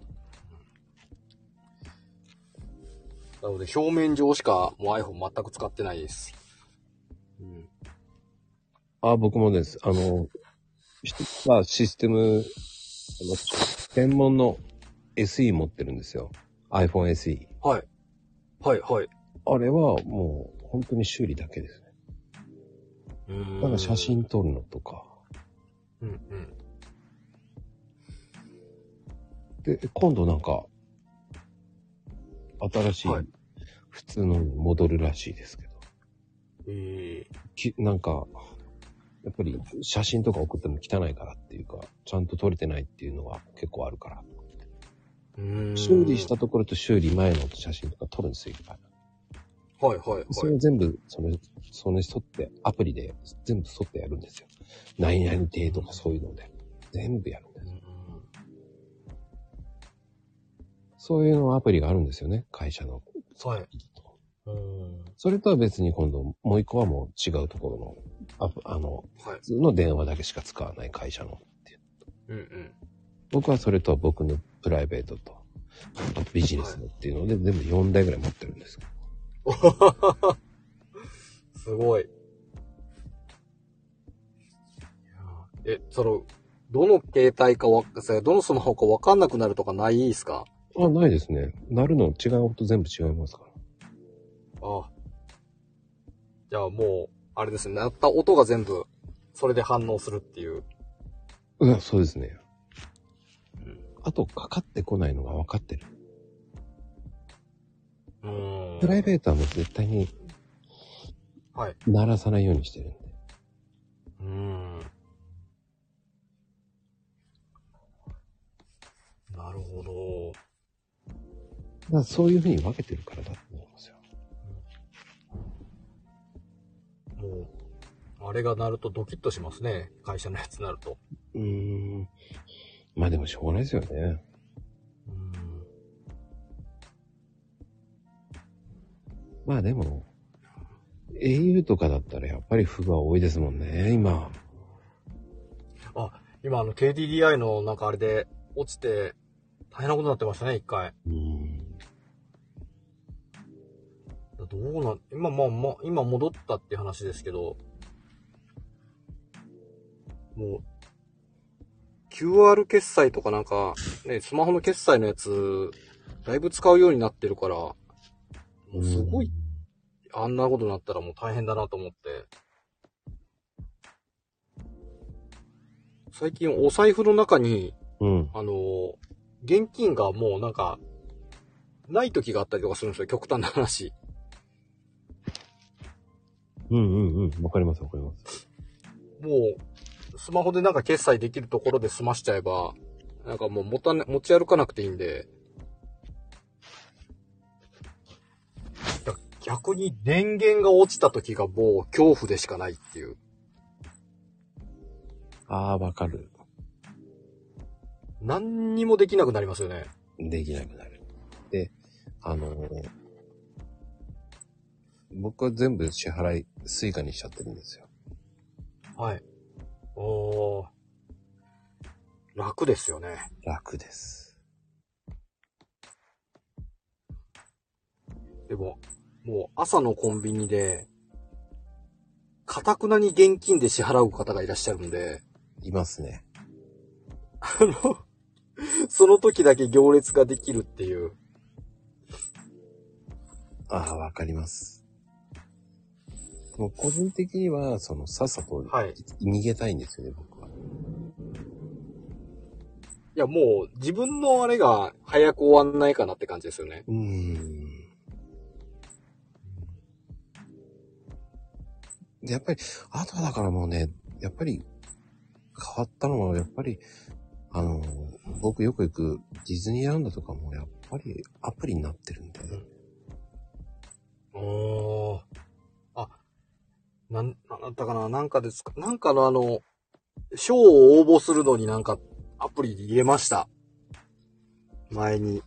なので、表面上しか、もう iPhone 全く使ってないです。うん。あ、僕もです。あの、一つはシステム、あの、専門の SE 持ってるんですよ。iPhone SE。はい。はい、はい。あれはもう本当に修理だけですね。だから写真。撮るのとか。うん、うん。で、今度なんか、新しいはい、普通のに戻るらしいですけど。ええきなんか、やっぱり写真とか送っても汚いからっていうか、ちゃんと撮れてないっていうのは結構あるから。うん修理したところと修理前の写真とか撮るんですよ、いっぱい。はい、はい、はい。それを全部、その、その沿って、アプリで全部沿ってやるんですよ。何々亭とかそういうので。全部やるんです。うんそういうのアプリがあるんですよね。会社の。はい。うん。それとは別に今度、もう一個はもう違うところの、アプあの、はい普。通の電話だけしか使わない会社の。うんうん。僕はそれと僕のプライベートと、あとビジネスのっていうので、全部4台ぐらい持ってるんです。 *laughs* すごい。いやえ、その、どの携帯かわ、さどのスマホかわかんなくなるとかないですかあ、ないですね。なるの違う音全部違いますから。ああ。じゃあもう、あれですね、鳴った音が全部、それで反応するっていう。うん、そうですねうん。あと、かかってこないのが分かってる。うんプライベートはもう絶対にはい。鳴らさないようにしてるんで。うん。なるほど。だからそういうふうに分けてるからだと思うんですよ。もう、あれが鳴るとドキッとしますね。会社のやつ鳴ると。うーん。まあでもしょうがないですよね。うん。まあでも、au とかだったらやっぱり不が多いですもんね、今。今、あの、KDDI のなんかあれで落ちて、大変なことになってましたね、一回。うーん。どうなん、今、まあまあ、今戻ったって話ですけど、もう、QR 決済とかなんか、ね、スマホの決済のやつ、だいぶ使うようになってるから、もうすごい、あんなことになったらもう大変だなと思って。最近お財布の中に、うん。あのー現金がもうなんか、ない時があったりとかするんですよ、極端な話。うんうんうん。わかりますわかります。もう、スマホでなんか決済できるところで済ましちゃえば、なんかもう持たね、持ち歩かなくていいんで。だ逆に電源が落ちた時がもう恐怖でしかないっていう。ああ、わかる。何にもできなくなりますよね。できなくなる。で、あのー僕は全部支払い、スイカにしちゃってるんですよ。はい。おー。楽ですよね。楽です。でも、もう朝のコンビニで、かたくなに現金で支払う方がいらっしゃるんで、いますね。あの、その時だけ行列ができるっていう。ああ、わかります。でも個人的には、その、さっさとはい。い逃げたいんですよね、僕は。や、もう自分のあれが早く終わんないかなって感じですよね。うーん。でやっぱり、あとはだからもうね、やっぱり、変わったのは、やっぱり、あの、僕よく行くディズニーランドとかも、やっぱりアプリになってるんで、おー。あ、なん、なんだったかななんかですかなんかのあの、賞を応募するのになんかアプリで入れました。前に。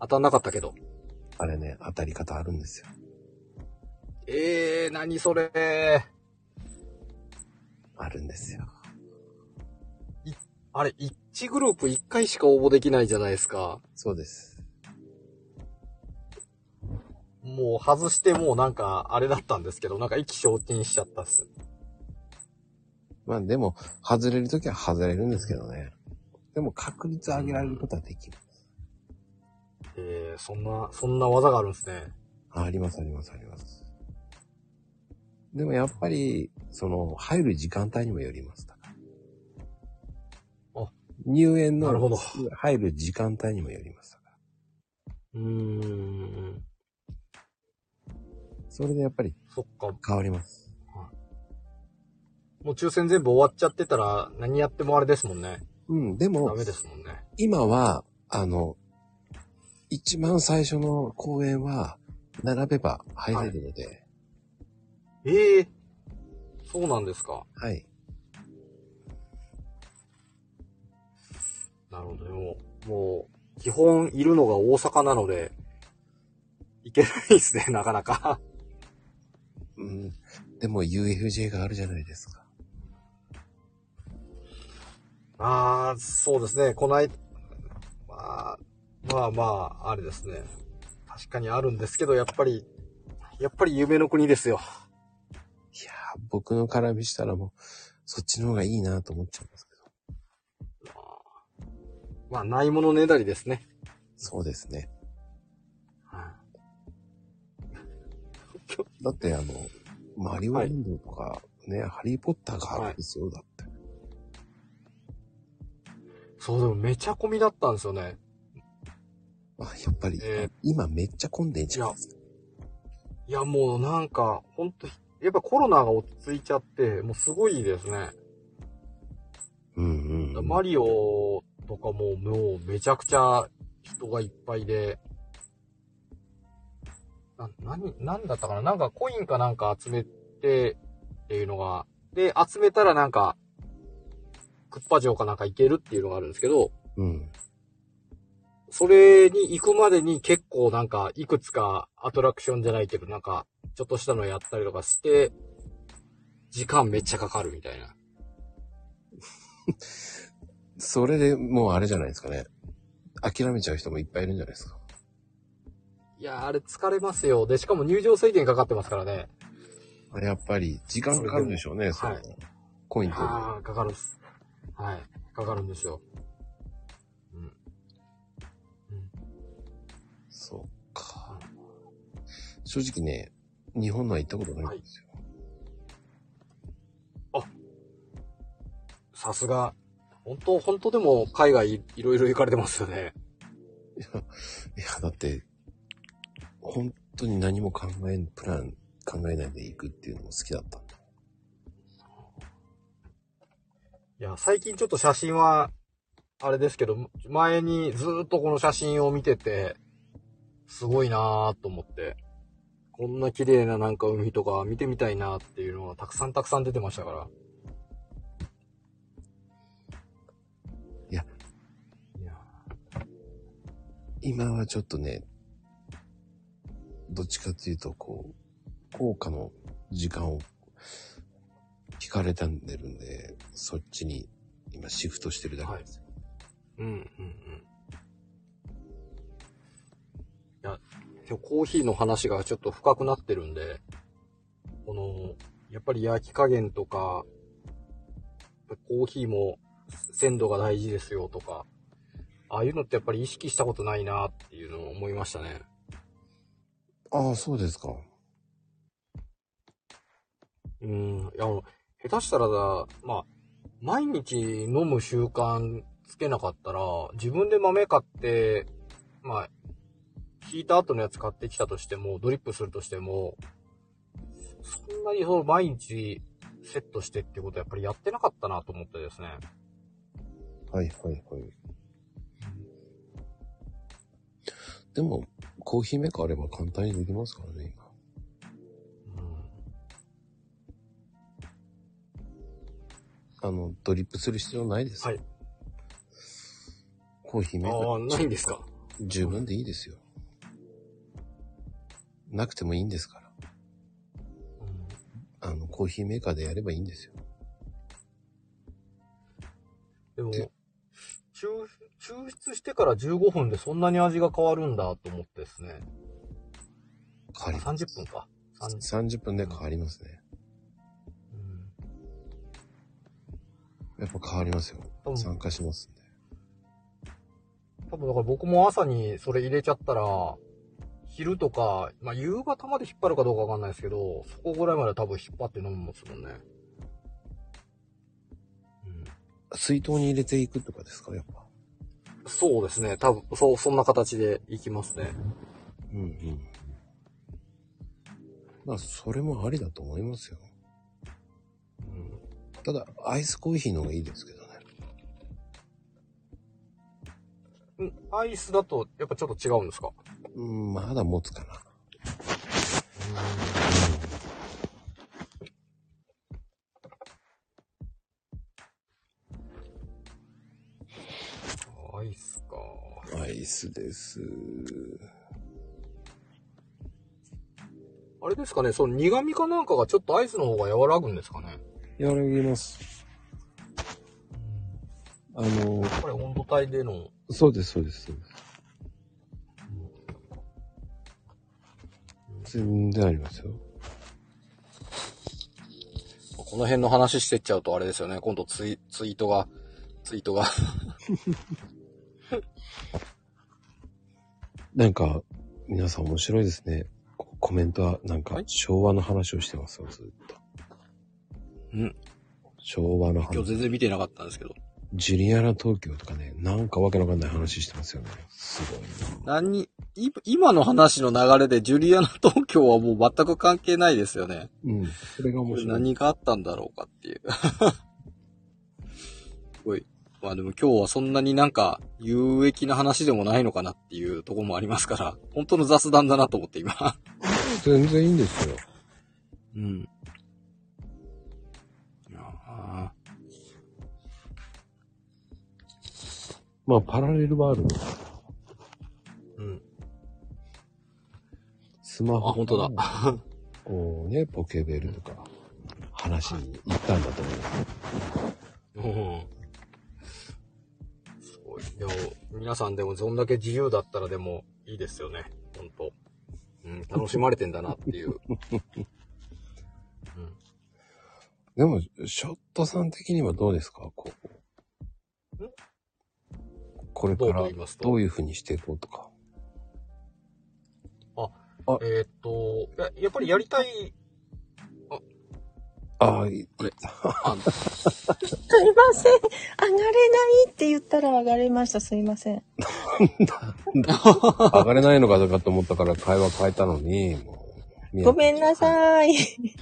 当たんなかったけど。あれね、当たり方あるんですよ。えー、何それあるんですよ。あれ、1グループ1回しか応募できないじゃないですか。そうです。もう外してもうなんか、あれだったんですけど、なんか意気消沈しちゃったっす。まあでも、外れるときは外れるんですけどね。でも確率上げられることはできる。えー、そんな、そんな技があるんですね。あありますありますあります。でもやっぱり、その、入る時間帯にもよりますだからあ入園のなるほど入る時間帯にもよりますだからうーん。それでやっぱりそっか。変わります。もう抽選全部終わっちゃってたら、何やってもあれですもんね。うん、でダも、メですもんね。今は、あの、一番最初の公演は、並べば入れるので、ええー、そうなんですか。はい。なるほど。でも、もう、基本いるのが大阪なので、行けないですね、なかなか。うん。でも UFJ があるじゃないですか。ああ、そうですね、こない、まあ、まあまあ、あれですね。確かにあるんですけど、やっぱり、やっぱり夢の国ですよ。いやー、僕の絡みしたらもう、そっちの方がいいなと思っちゃいますけど。まあ、ないものねだりですね。そうですね。だってあの、マリオランドとか、ね、ハリーポッターがあるんですよ、だって。そう、でもめちゃ混みだったんですよね。あ、やっぱり、えー今めっちゃ混んでんじゃないですか。いや、もうなんか、ほんと、やっぱコロナが落ち着いちゃって、もうすごいですね。うんうんうん。マリオとかももうめちゃくちゃ人がいっぱいで、な、何、何だったかななんかコインかなんか集めてっていうのが、で、集めたらなんか、クッパ城かなんか行けるっていうのがあるんですけど、うん。それに行くまでに結構なんか、いくつかアトラクションじゃないけど、なんか、ちょっとしたのやったりとかして、時間めっちゃかかるみたいな。それでもうあれじゃないですかね。諦めちゃう人もいっぱいいるんじゃないですか。いやー、あれ疲れますよ。で、しかも入場制限かかってますからね。あれやっぱり、時間かかるでしょうね、そそのれでもコインというのはああ、かかるっす。はい。かかるんですよ。うん。うんそうか。正直ね、日本のは行ったことないんですよ。さすが。本当本当でも海外いいろいろ行かれてますよね。いや、いやだって、本当に何も考えん、プラン考えないで行くっていうのも好きだったんで。いや、最近ちょっと写真は、あれですけど、前にずーっとこの写真を見てて、すごいなーと思って。こんな綺麗ななんか海とか見てみたいなーっていうのがたくさんたくさん出てましたから。いや。いや。今はちょっとね、どっちかっていうと、こう、効果の時間を引かれたんでるんで、そっちに今シフトしてるだけなんですよ。うんうんうん。いや、今日コーヒーの話がちょっと深くなってるんで、この、やっぱり焼き加減とか、コーヒーも鮮度が大事ですよとか、ああいうのってやっぱり意識したことないなっていうのを思いましたね。ああ、そうですか。うん。いや、下手したらだ、まあ、毎日飲む習慣つけなかったら、自分で豆買って、まあ、引いた後のやつ買ってきたとしても、ドリップするとしても、そんなにその毎日セットしてってことはやっぱりやってなかったなと思ってですね。はいはいはい。でも、コーヒーメーカーあれば簡単にできますからね、今。あの、ドリップする必要ないです。はい。コーヒーうん。メーカああ、ー。ないんですか十分でいいですよ。なくてもいいんですから。あうんの、コーヒーメーカーでやればいいんですよ。でもで、抽抽出してから15分でそんなに味が変わるんだと思ってですね。変わります。 30分か。30 30分で変わりますね。うんやっぱ変わりますよ。多分参加しますんで。多分だから僕も朝にそれ入れちゃったら、昼とか、まあ夕方まで引っ張るかどうかわかんないですけど、そこぐらいまで多分引っ張って飲むんですもんね。うん、水筒に入れていくとかですか、やっぱ。そうですね。多分、そう、そんな形でいきますね。うんうん。まあ、それもありだと思いますよ。うん、ただ、アイスコーヒーの方がいいですけどね。うんアイスだと、やっぱちょっと違うんですかうん、まだ持つかな。アイイスか。アイスです。あれですかね、その苦味かなんかがちょっとアイスの方が和らぐんですかね。やらぎます。あの、やっぱり温度帯での。そうです、そうです、そうです。全然ありますよ。この辺の話してっちゃうとあれですよね。今度ツイツイートが、ツイートが。なんか、皆さん面白いですね。こコメントは、なんか、昭和の話をしてますよ、ずっと。うん。昭和の今話。日全然見てなかったんですけど。ジュリアナ東京とかね、なんかわけのわかんない話してますよね。すごいな。何に、い今の話の流れでジュリアナ東京はもう全く関係ないですよね。うん。それが面白い。何があったんだろうかっていう。 *laughs* すごい。まあでも今日はそんなになんか有益な話でもないのかなっていうところもありますから、本当の雑談だなと思って今。全然いいんですよ。うん。いやーまあ、パラレルワールド。うん。スマホ。あ本当だ。こうね、ポケベルとか、話に行ったんだと思います。うん。すごい。でも、皆さんでもそんだけ自由だったらでもいいですよね。ほんと。うん、楽しまれてんだなっていう。うでも、ショットさん的にはどうですかこう。んこれん。かどうらと言いますどと。ういう風にしていこうとか。えーっとや、やっぱりやりたい。ああ、いこれあすいません。上がれないって言ったら上がれました。すいません。上がれないのかどうかと思ったから会話変えたのに、もう。ごめんなさい。さい。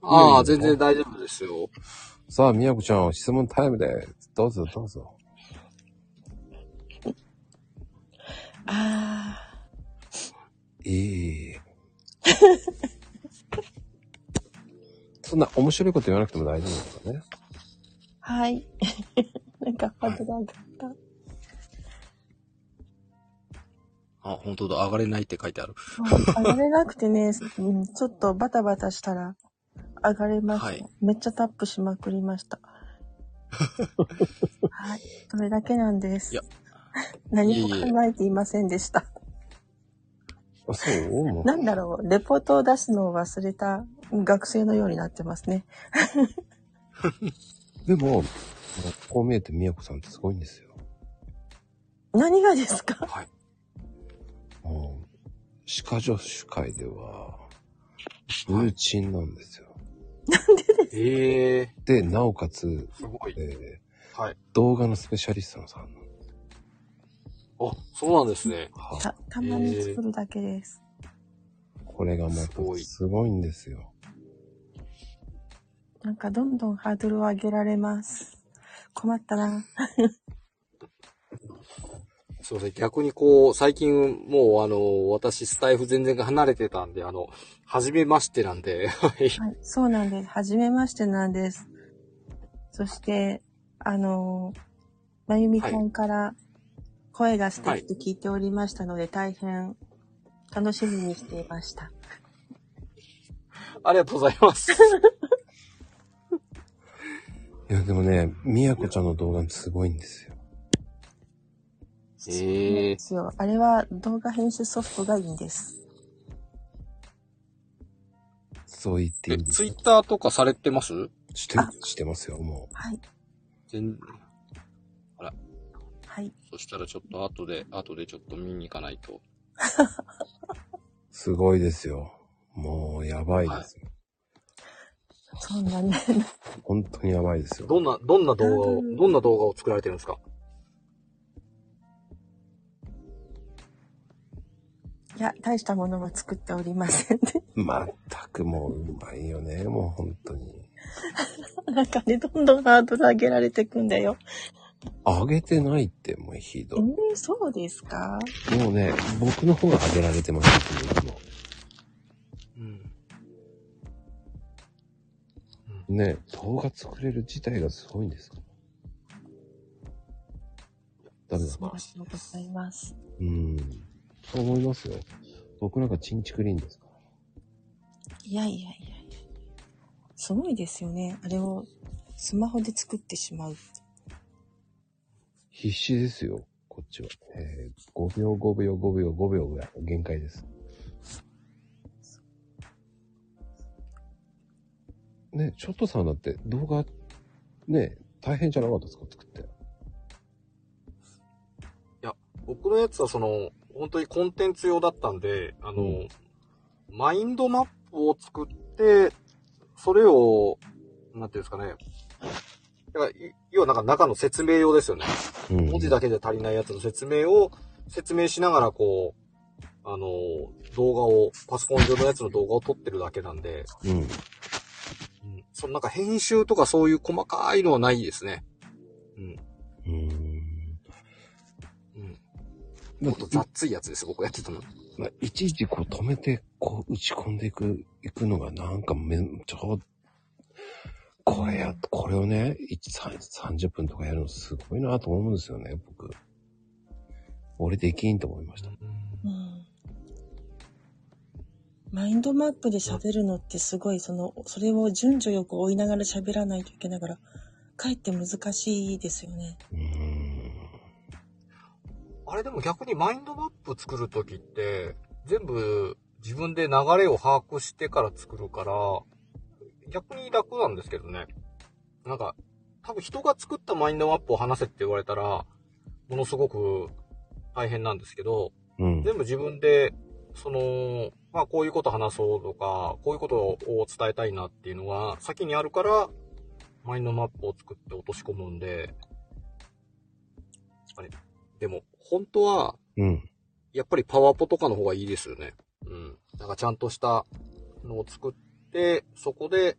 ああ、全然大丈夫ですよ。さあ、みやこちゃん、質問タイムです。どうぞどうぞ。あいい。そんな面白いこと言わなくても大丈夫ですかね。あ、はい。 *laughs* なんかハードル上がった。あ、本当だ。上がれないって書いてある。上がれなくてね、うんちょっとバタバタしたら上がれました。はいめっちゃタップしまくりました。はい。それだけなんです。いや *laughs* 何もいえいえ考えていませんでした。あ、そうもうなんだろう、レポートを出すのを忘れた学生のようになってますね。でも、こう見えてみやこさんってすごいんですよ。何がですかはい。もう、歯科助手会では、ルーチンなんですよ。ええで、なおかつ、すごいえ。ーはい。動画のスペシャリストさんなんであ、そうなんですね。はたたまに作るだけです。これがまたすごいんですよ。なんかどんどんハードルを上げられます。困ったな。すいません。逆にこう、最近もうあの、私、スタイフ全然離れてたんで、あの、初めましてなんで、はい。はい、そうなんです。はじめましてなんです。そして、あのー、まゆみさんから声が素敵と聞いておりましたので、大変楽しみにしていました。ありがとうござい *laughs* ます。いや、でもね、みやこちゃんの動画すごいんですよ。ええですよ。あれは動画編集ソフトがいいんです。そう言っていえ、いですツイよッターとかされてますしてる、してますよ、もはい。全、はい。そしたらちょっと後で、後でちょっと見に行かないと。う。すごいですよ。もう、やばいですよ。そんなね。本当にやばいですよ。どんな、どんな動画を、うんどんな動画を作られてるんですかいや、大したものは作っておりませんね。まったくもう、うまいよね、もう本当に。なんかね、どんどんハードル上げられてくんだよ。上げてないって、もうひどえい。ー、そうですかもうね、僕の方が上げられてます、いつも。うん。ね、動画作れる自体がすごいんですよダメだ素晴らしいのございます。うん。そう思いますよ。僕なんかチンチクリーンですから。いやいやいやいや。すごいですよね。あれをスマホで作ってしまう。必死ですよ、こっちは。えー、5秒、5秒、5秒、5秒ぐらい。限界です。ね、ショットさんだって動画、ね、大変じゃなかったですか作って。僕のやつはその、本当にコンテンツ用だったんで、あの、うんマインドマップを作って、それを、なんていうんですかね。だからい要はなんか中の説明用ですよね。うん文字だけで足りないやつの説明を説明しながらこう、あの、動画を、パソコン上のやつの動画を撮ってるだけなんで、うん。うん、そのなんか編集とかそういう細かいのはないですね。うん。うん。だもっってと雑いやつです、僕やってたの。まあいちいちこう止めて、こう打ち込んでいく、いくのがなんかめん、ちょ、これや、これをね、1 30分とかやるのすごいなと思うんですよね、僕。俺できんと思いました。うん。マインドマップで喋るのってすごい、その、それを順序よく追いながら喋らないといけないから、かえって難しいですよね。うーん。あれでも逆にマインドマップ作るときって、全部自分で流れを把握してから作るから、逆に楽なんですけどね。なんか、多分人が作ったマインドマップを話せって言われたら、ものすごく大変なんですけど、うん。全部自分で、その、まあこういうこと話そうとか、こういうことを伝えたいなっていうのが先にあるから、マインドマップを作って落とし込むんで、あれ、でも本当は、うん。やっぱりパワポとかの方がいいですよね。うん。なんかちゃんとしたのを作って、そこで、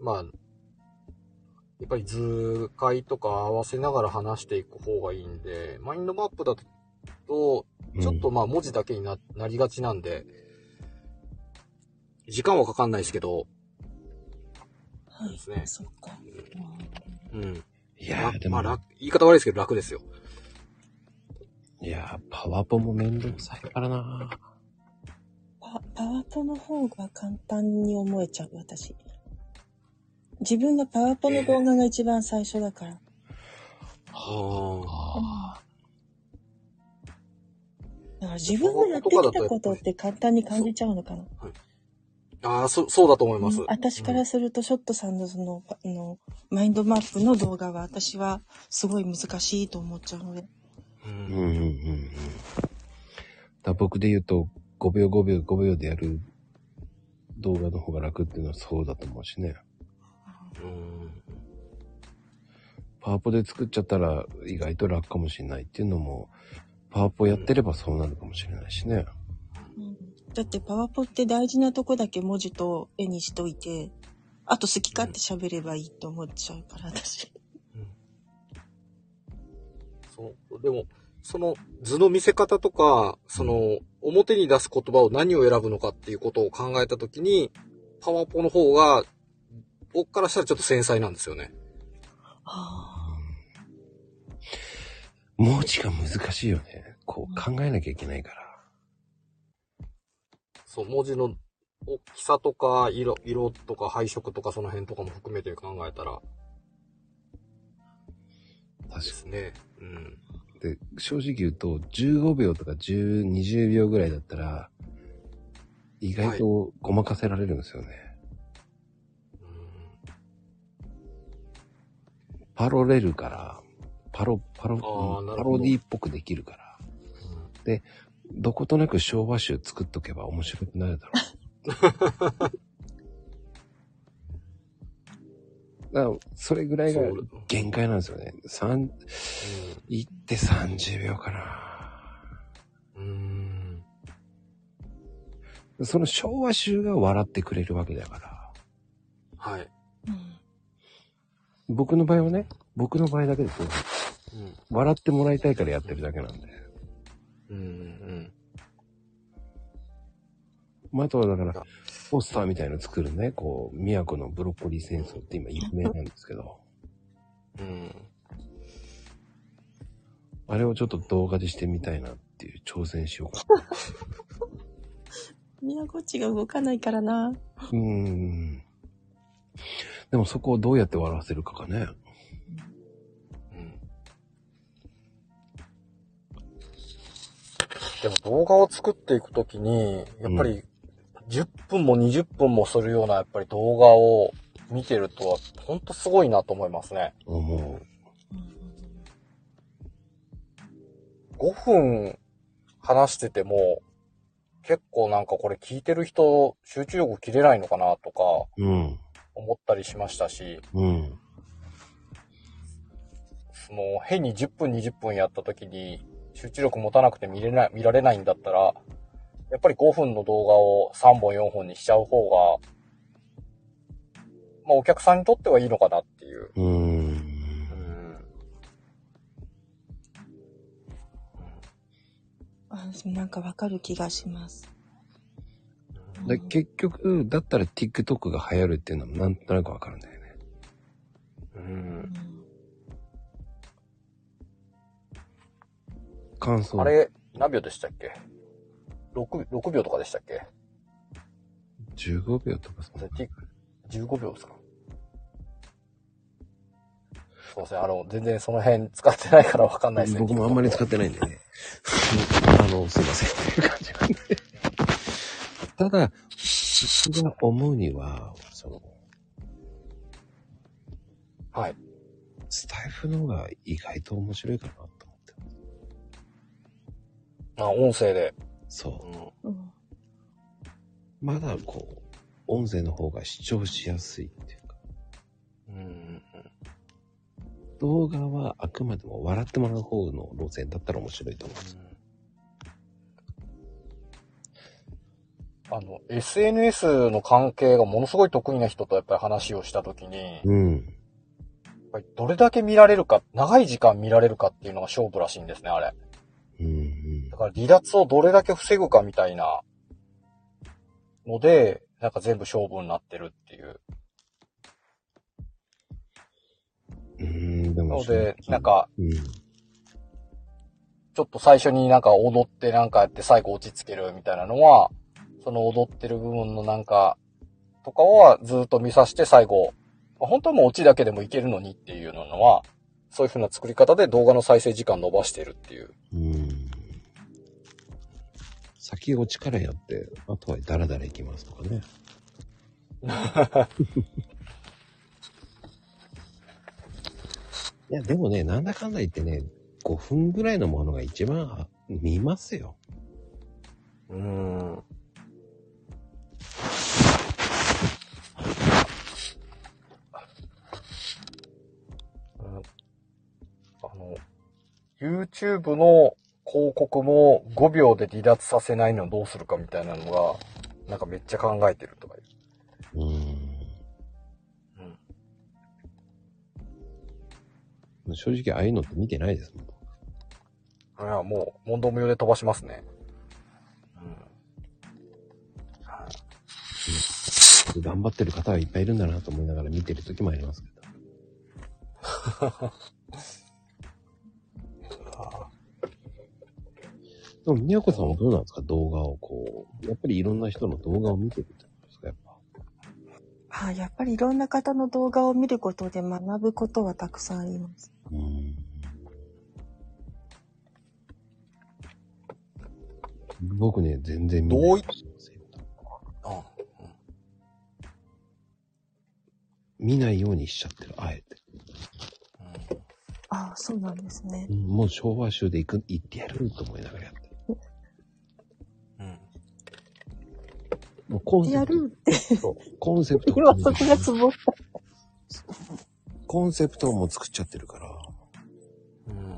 まあ、やっぱり図解とか合わせながら話していく方がいいんで、マインドマップだと、ちょっとまあ文字だけにななりがちなんで、時間はかかんないですけど、そはうでい。すねそっか。うん。いやーでまも、あ楽、言い方悪いですけど楽ですよ。いやーパワポもめんどくさいからなパパワポの方が簡単に思えちゃう、私。自分がパワポの動画が一番最初だから。はあだから自分がやってきたことって簡単に感じちゃうのかな。あ。ああ、そ、そうだと思いますうん。私からすると、ショットさんのその、あの、マインドマップの動画は私はすごい難しいと思っちゃうので。うーんうんうんうんうん。だ僕で言うと、5秒5秒5秒でやる動画の方が楽っていうのはそうだと思うしね。うんパワポで作っちゃったら意外と楽かもしれないっていうのも、パワポやってればそうなるかもしれないしね。だってパワポって大事なとこだけ文字と絵にしといて、あと好き勝手喋ればいいと思っちゃうから、私。そう。でも、その図の見せ方とか、その表に出す言葉を何を選ぶのかっていうことを考えたときに、パワポの方が、僕からしたらちょっと繊細なんですよね。あ文字が難しいよね。こう考えなきゃいけないから。そう、文字の大きさとか、色、色とか配色とかその辺とかも含めて考えたらで確かすね。うん。に。で、正直言うと、15秒とか10、20秒ぐらいだったら、意外とごまかせられるんですよね。うんパロれるから、パロ、パロ、あーなパるほどロディっぽくできるから。どことなく昭和集作っとけば面白くなるだろう。 *laughs* だから、それぐらいがそううん限界なんですよね。三、行って30秒かな。うん。その昭和集が笑ってくれるわけだから。はい。あ。うん。僕の場合はね、僕の場合だけですよ。うん。笑ってもらいたいからやってるだけなんで。うん。うん。まあ、あとはだから、ポスターみたいの作るね、こう、宮古のブロッコリー戦争って今有名なんですけど。うん。あれをちょっと動画でしてみたいなっていう挑戦しようか。宮古地が動かないからな。うーん。でもそこをどうやって笑わせるかがね。うん。でも動画を作っていくときに、やっぱり10分も20分もするようなやっぱり動画を見てるとは、ほんとすごいなと思いますね。思5分話してても、結構なんかこれ聞いてる人集中力切れないのかなとかう。うん。思ったりしましたし、うん。その変に10分20分やった時に集中力持たなくて見れない、見られないんだったら、やっぱり5分の動画を3本4本にしちゃう方が、まあお客さんにとってはいいのかなっていう。うーん。あそうなんかわかる気がします。で結局、だったら TikTok が流行るっていうのはなんとなくわかるんだよね。うん感想。あれ、何秒でしたっけ ?6、6秒とかでしたっけ ?15 秒とかそんそなれ。ティ15秒ですかそうですね。あの、全然その辺使ってないからわかんないですね。僕もあんまり使っってないんで *laughs* ね。あの、すいません。っていう感じなんで。 *laughs* ただ、僕が思うには、その、はい。スタイフの方が意外と面白いかなと思って。あ、音声で。そううんう。まだこう、音声の方が視聴しやすいっていうか、ん。うん。動画はあくまでも笑ってもらう方の路線だったら面白いと思うんですよ。あの、SNS の関係がものすごい得意な人とやっぱり話をしたときに、やっうん。ぱりどれだけ見られるか、長い時間見られるかっていうのが勝負らしいんですね、あれ。うんうんだ。から離脱をどれだけ防ぐかみたいなので、なんか全部勝負になってるっていう。うーん、でなもので、なん、か、うん。ちょっと最初になんか踊ってなんかやって最後落ち着けるみたいなのは、その踊ってる部分のなんか、とかはずっと見させて最後、まあ本当はもう落ちだけでもいけるのにっていうのは、そういう風な作り方で動画の再生時間伸ばしてるっていう。うん。先を力やって、あとはダラダラいきますとかね。いや、でもね、なんだかんだ言ってね、5分ぐらいのものが一番あ見ますよ。うん。あの、YouTube の広告も5秒で離脱させないのをどうするかみたいなのが、なんかめっちゃ考えてるとかいう。うん。うん正直、ああいうのって見てないですもん。いや、もう、問答無用で飛ばしますね。頑張ってる方はいっぱいいるんだなと思いながら見てる時もありますけど。 *laughs* でも、みやこさんはどうなんですか動画をこう、やっぱりいろんな人の動画を見てるってことですかやっぱ。ああやっぱりいろんな方の動画を見ることで学ぶことはたくさんあります。うん。僕ね、全然見どうないい。うん。あ見ないようにしちゃってる、あえて。ああそうなんですね。うんもう昭和集で行く、行ってやると思いながらやってる。うん。うん。もうコンセやプトるって、そうコンセプト今そこがツボった。コンセプトをもう作っちゃってるから。うん。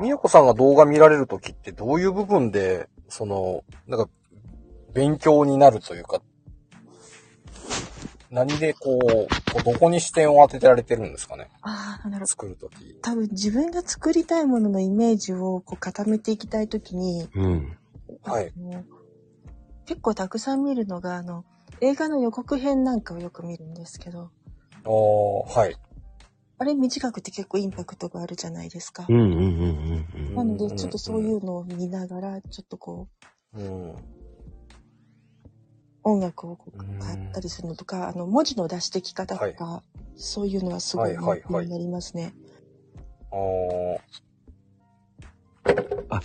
みやこさんが動画見られるときってどういう部分で、その、なんか、勉強になるというか、何でこう、こうどこに視点を当ててられてるんですかねああ、なるほど。作るとき。多分自分が作りたいもののイメージをこう固めていきたいときに、うん。はい。あの結構たくさん見るのが、あの、映画の予告編なんかをよく見るんですけど、ああ、はい。あれ短くて結構インパクトがあるじゃないですかう。んうんうんうんなので、ちょっとそういうのを見ながら、ちょっとこう、うん。音楽をこううん変えたりするのとか、あの、文字の出してき方とか、そういうのはすごはいいはいはい勉強になりますね。あー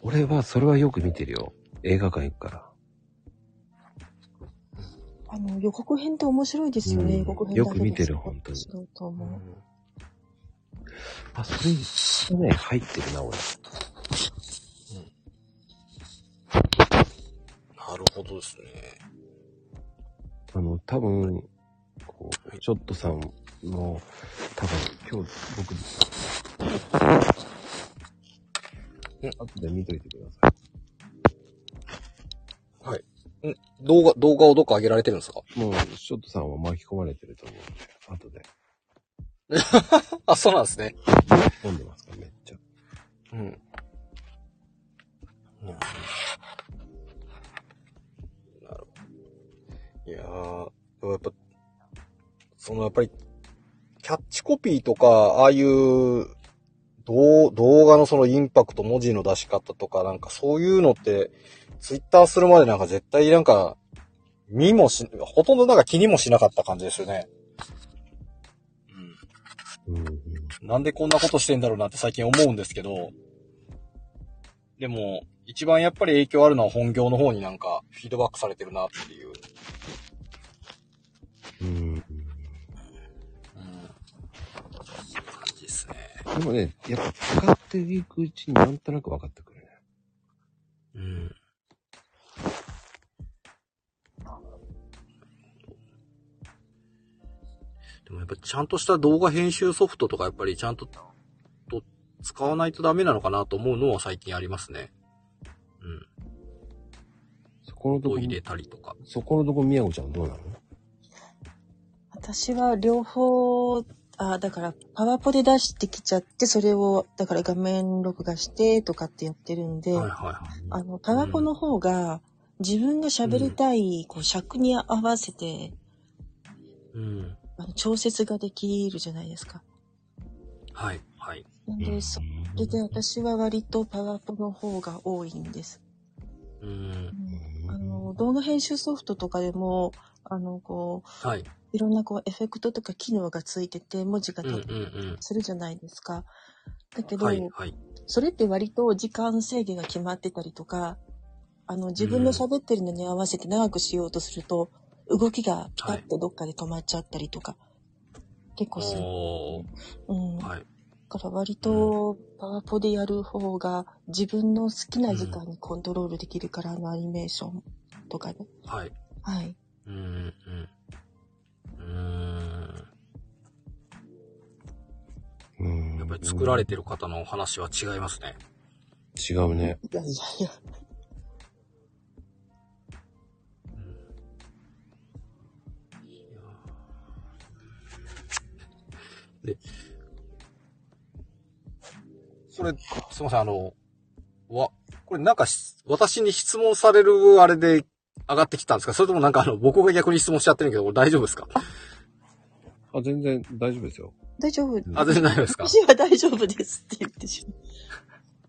俺はそれはよく見てるよ。映画館行くから。あの、予告編って面白いですようね、ん予告編よく見てる本当にそうだと思う。あ、それ、ね、入ってるな、俺。なるほどですね。あの、多分、こはう、いちょっとさんの、多分、今日、僕、後で見といてくださ動画、動画をどっか上げられてるんですかい。もう、ショットさんは巻き込まれてると思うんで、後で。 *laughs* あ、そうなんですね。飲んでますから、めっちゃ。うん。なるほど。いやー、でもやっぱ、そのやっぱり、キャッチコピーとか、ああいう、動動画のそのインパクト、文字の出し方とか、なんかそういうのって、ツイッターするまでなんか絶対なんか、見もし、ほとんどなんか気にもしなかった感じですよね。うん。うん、うん。なんでこんなことしてんだろうなって最近思うんですけど、でも、一番やっぱり影響あるのは本業の方になんかフィードバックされてるなっていう。うん。うん。感じですね。でもね、やっぱ、使っていくうちになんとなく分かってくるね。うん。でもやっぱちゃんとした動画編集ソフトとかやっぱりちゃんとと使わないとダメなのかなと思うのは最近ありますね。うん。そこのとこ音、入れたりとか。そこのとこ、みやこちゃんどうなの私は両方、あ、だから、パワポで出してきちゃって、それを、だから画面録画してとかってやってるんで、はいはいはい。あの、タバコの方が、自分が喋りたい、こう、尺に合わせて、うん。あの、調節ができるじゃないですか。はい、はい。なんで、それで私は割とパワポの方が多いんです。うん。あの、動画編集ソフトとかでも、あの、こう、はい。いろんなこう、エフェクトとか機能がついてて、文字がうん、立うん、うったりん。するじゃないですか。だけど、はい、はい。それって割と時間制限が決まってたりとか、あの、自分の喋ってるのに合わせて長くしようとすると、動きがピタッとどっかで止まっちゃったりとか、結構する。おー。うん。だはい。から割と、パワポでやる方が、自分の好きな時間にコントロールできるから、あのアニメーションとかね。はい。はい。うん、うん、うん。うーうんん。やっぱり作られてる方のお話は違いますね。違うね。いやいやいや。それ、すいません、あの、わ、これなんかし、私に質問されるあれで上がってきたんですかそれともなんかあの、僕が逆に質問しちゃってるけど、これ大丈夫ですかあ、全然大丈夫ですよ。大丈夫。あ、全然大丈夫ですか私は大丈夫ですって言ってしまう。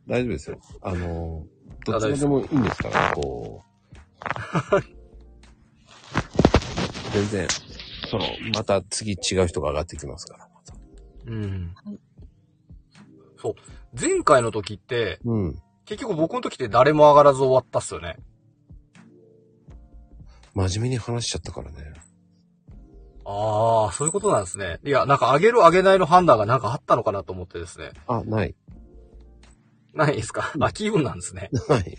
大丈夫ですよ。あのー、どあっちらでもいいんですから、 *laughs* こう。全然、その、また次違う人が上がってきますから。またうんはい。そう。前回の時って、うん。結局僕の時って誰も上がらず終わったっすよね。真面目に話しちゃったからね。ああ、そういうことなんですね。いや、なんか上げる上げないの判断がなんかあったのかなと思ってですね。あ、ない。ないですかあ、気分なんですね。ない。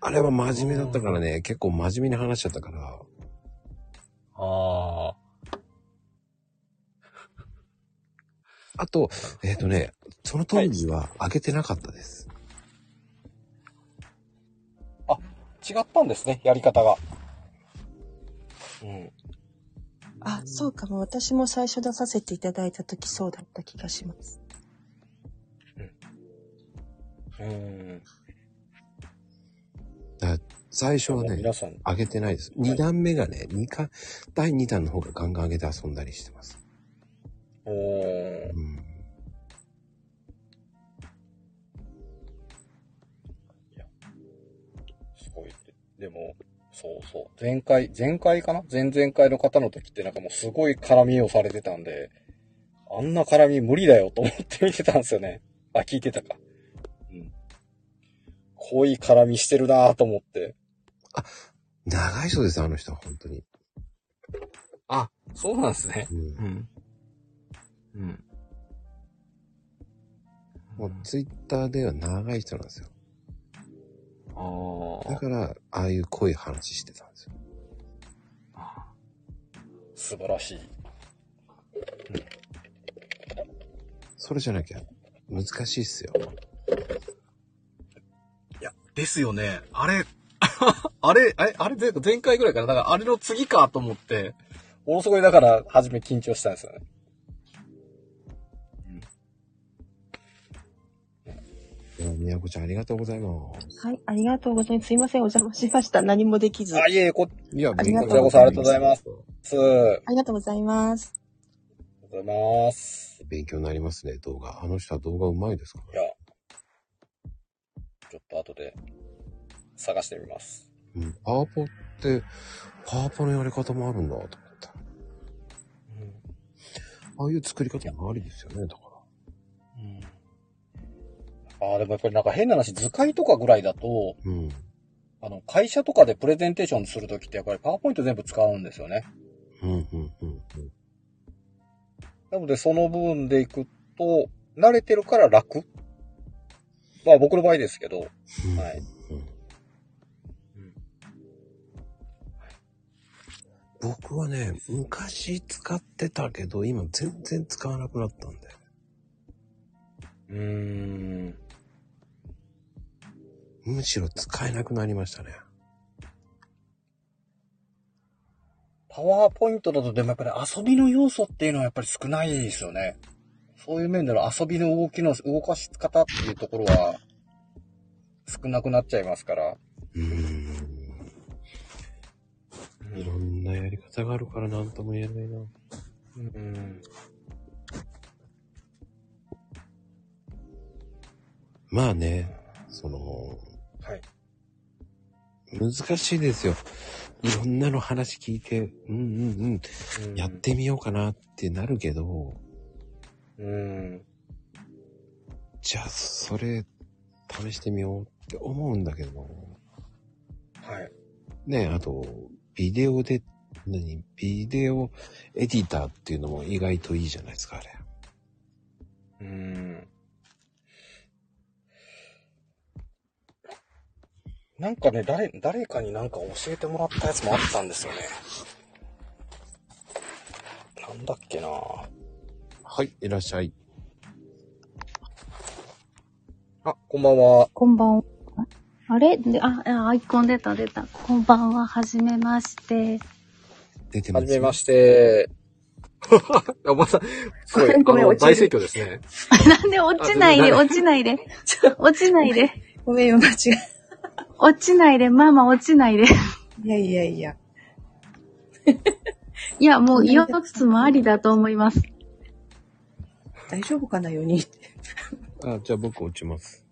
あれは真面目だったからね、結構真面目に話しちゃったから。ああ。あと、えっ、とね、その当時は上げてなかったです。違ったんですね、やり方が。うん。あ、そうかも。私も最初出させていただいた時そうだった気がします。うん。だ最初はね、皆さん。上げてないです。はい2段目がね、二か、第2弾の方がガンガン上げて遊んだりしてます。おーうん。すごい。でも、そうそう。前回、前回かな前々回の方の時ってなんかもうすごい絡みをされてたんで、あんな絡み無理だよと思って見てたんですよね。あ、聞いてたか。うん。濃い絡みしてるなぁと思って。長い人です、あの人は、本当に。あ、そうなんですね。うん。うん。うん。もう、ツイッターでは長い人なんですよ。あだから、ああいう濃い話してたんですよ。あ。素晴らしい。それじゃなきゃ、難しいっすよ。いや、ですよね。あれ、 *laughs* あれ、あれ、あれ前前回ぐらいかな。だから、あれの次かと思って、ものすごいだから、初め緊張したんですよね。いやみやこちゃん、ありがとうございます。はい、ありがとうございます。すいません、お邪魔しました。何もできず。あ、いえいえ、こいや、ありがとうちらこそありがとうございます。つあありがとうございます。りがとうございます。勉強になりますね、動画。あの人は動画うまいですかいら。や、ちょっと後で、探してみます。うん。パワポって、パワポのやり方もあるんだ、と思った。ああいう作り方もありですよね、だから。ああ、でもやっぱりなんか変な話、図解とかぐらいだと、うん。あの、会社とかでプレゼンテーションするときって、やっぱりパワーポイント全部使うんですよね。うん、うん、うん。なので、その部分でいくと、慣れてるから楽。まあ、僕の場合ですけど。うんはい。僕はね、昔使ってたけど、今全然使わなくなったんだよ。うーん。むしろ使えなくなりましたね。パワーポイントだと、でもやっぱり遊びの要素っていうのはやっぱり少ないですよね。そういう面での遊びの動きの、動かし方っていうところは、少なくなっちゃいますから。うーん。いろんなやり方があるから何とも言えないな。うん。まあね、その、はい。難しいですよ。いろんなの話聞いて、うんうんうん、やってみようかなってなるけど、うん。じゃあそれ試してみようって思うんだけどはい。ねあと、ビデオで、何、ビデオエディターっていうのも意外といいじゃないですか、あれ。うんなんかね、誰、誰かになんか教えてもらったやつもあったんですよね。なんだっけなはい、いらっしゃい。あ、こんばんは。こんばんは。あれであ、あアイコン出た出た。こんばんは、はじめまして。 *laughs* 出てまはす。じめまして。おばさん、すごい、ごめんあの落ちる大盛況ですね。なんで落ちないで、あ落ちな *laughs* いで。落ちないで。ごめんよ、間違え。落ちないで、ママ落ちないで。いやいやいや。いや、もう4つもありだと思います。大丈夫かな、4人。いあ、じゃあ僕落ちます。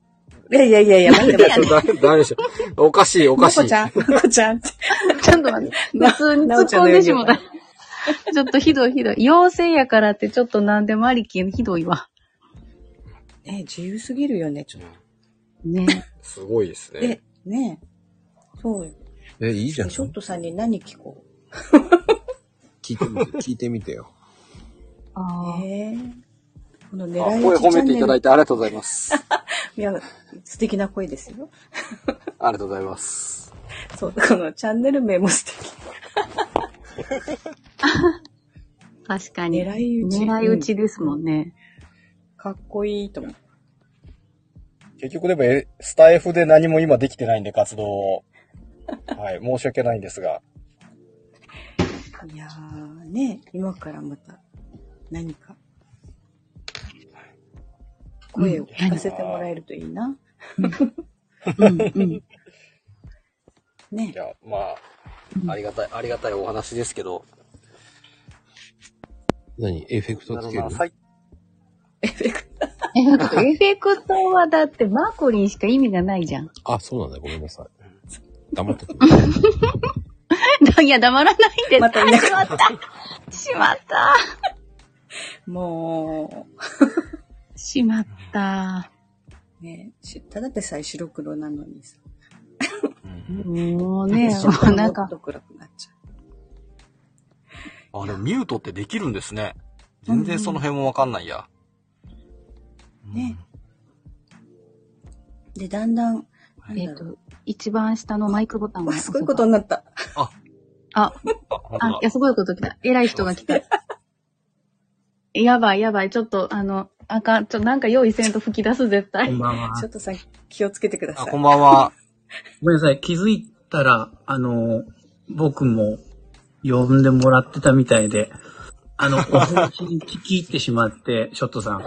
やいやいやいや、待って待っちょて。っとダメでしょ。おかしい、おかましい。こちゃん、まこちゃん。ちょっと待って。 *laughs* な普通になお突っちゃん込のようんでにしもた。 *laughs* ちょっとひどいひどい。妖精やからってちょっと何でもありきんひどいわ。 *laughs* え、自由すぎるよね、ちょっね。すごいですと。ねえ。、ねえ。そうよ。え、いいじゃん。ショットさんに何聞こ聞いて *laughs* みて、聞いてみてよ。う。あーええこのあ狙い声褒撃ちチャめンていネただいル。てありがとうございます。いや、素敵な声ですよ。ありがとうございます。そう、このチャンネル名も素敵。確かに。狙い撃ち。狙い撃ちですもんね。かっこいいと思う。結局でもえ、スタイフで何も今できてないんで、活動を。はい、申し訳ないんですが。いやーね、今からまた何か声を聞かせてもらえるといいな。うんうん。いね。や、まあ、ありがたい、ありがたいお話ですけど。何エフェクトつけるなるほどなさいエフェクト。 *laughs* え、なんかエフェクトはだってマーコリンしか意味がないじゃん。あ、そうなんだ。ごめんなさい。黙ってて。 *laughs* いや、黙らないで。またいなくしまった。しまった。もしまった。う、ね、しただでさえ白黒なのにさ。もうね、白もう黒なもんっか、と暗くなっちゃあれ、ミュートってできるんですね。全然その辺もわかんないや。う。ね。で、だんだん、なんえっ、だろうと、一番下のマイクボタンわが。すごいことになった。あ、あ、本あ、いや、すごいこと来た。偉い人が来 *laughs* た。やばい、やばい。ちょっと、あの、あかん。ちょ、なんか用意せんと吹き出す、絶こん対。ばんはち。ょっとさ、気をつけてくだあ、さこい。んばんは。ごめんなさい。気づいたら、あの、僕も呼んでもらってたみたいで、あ *laughs* の、お話に聞き入ってしまって、ショットさん。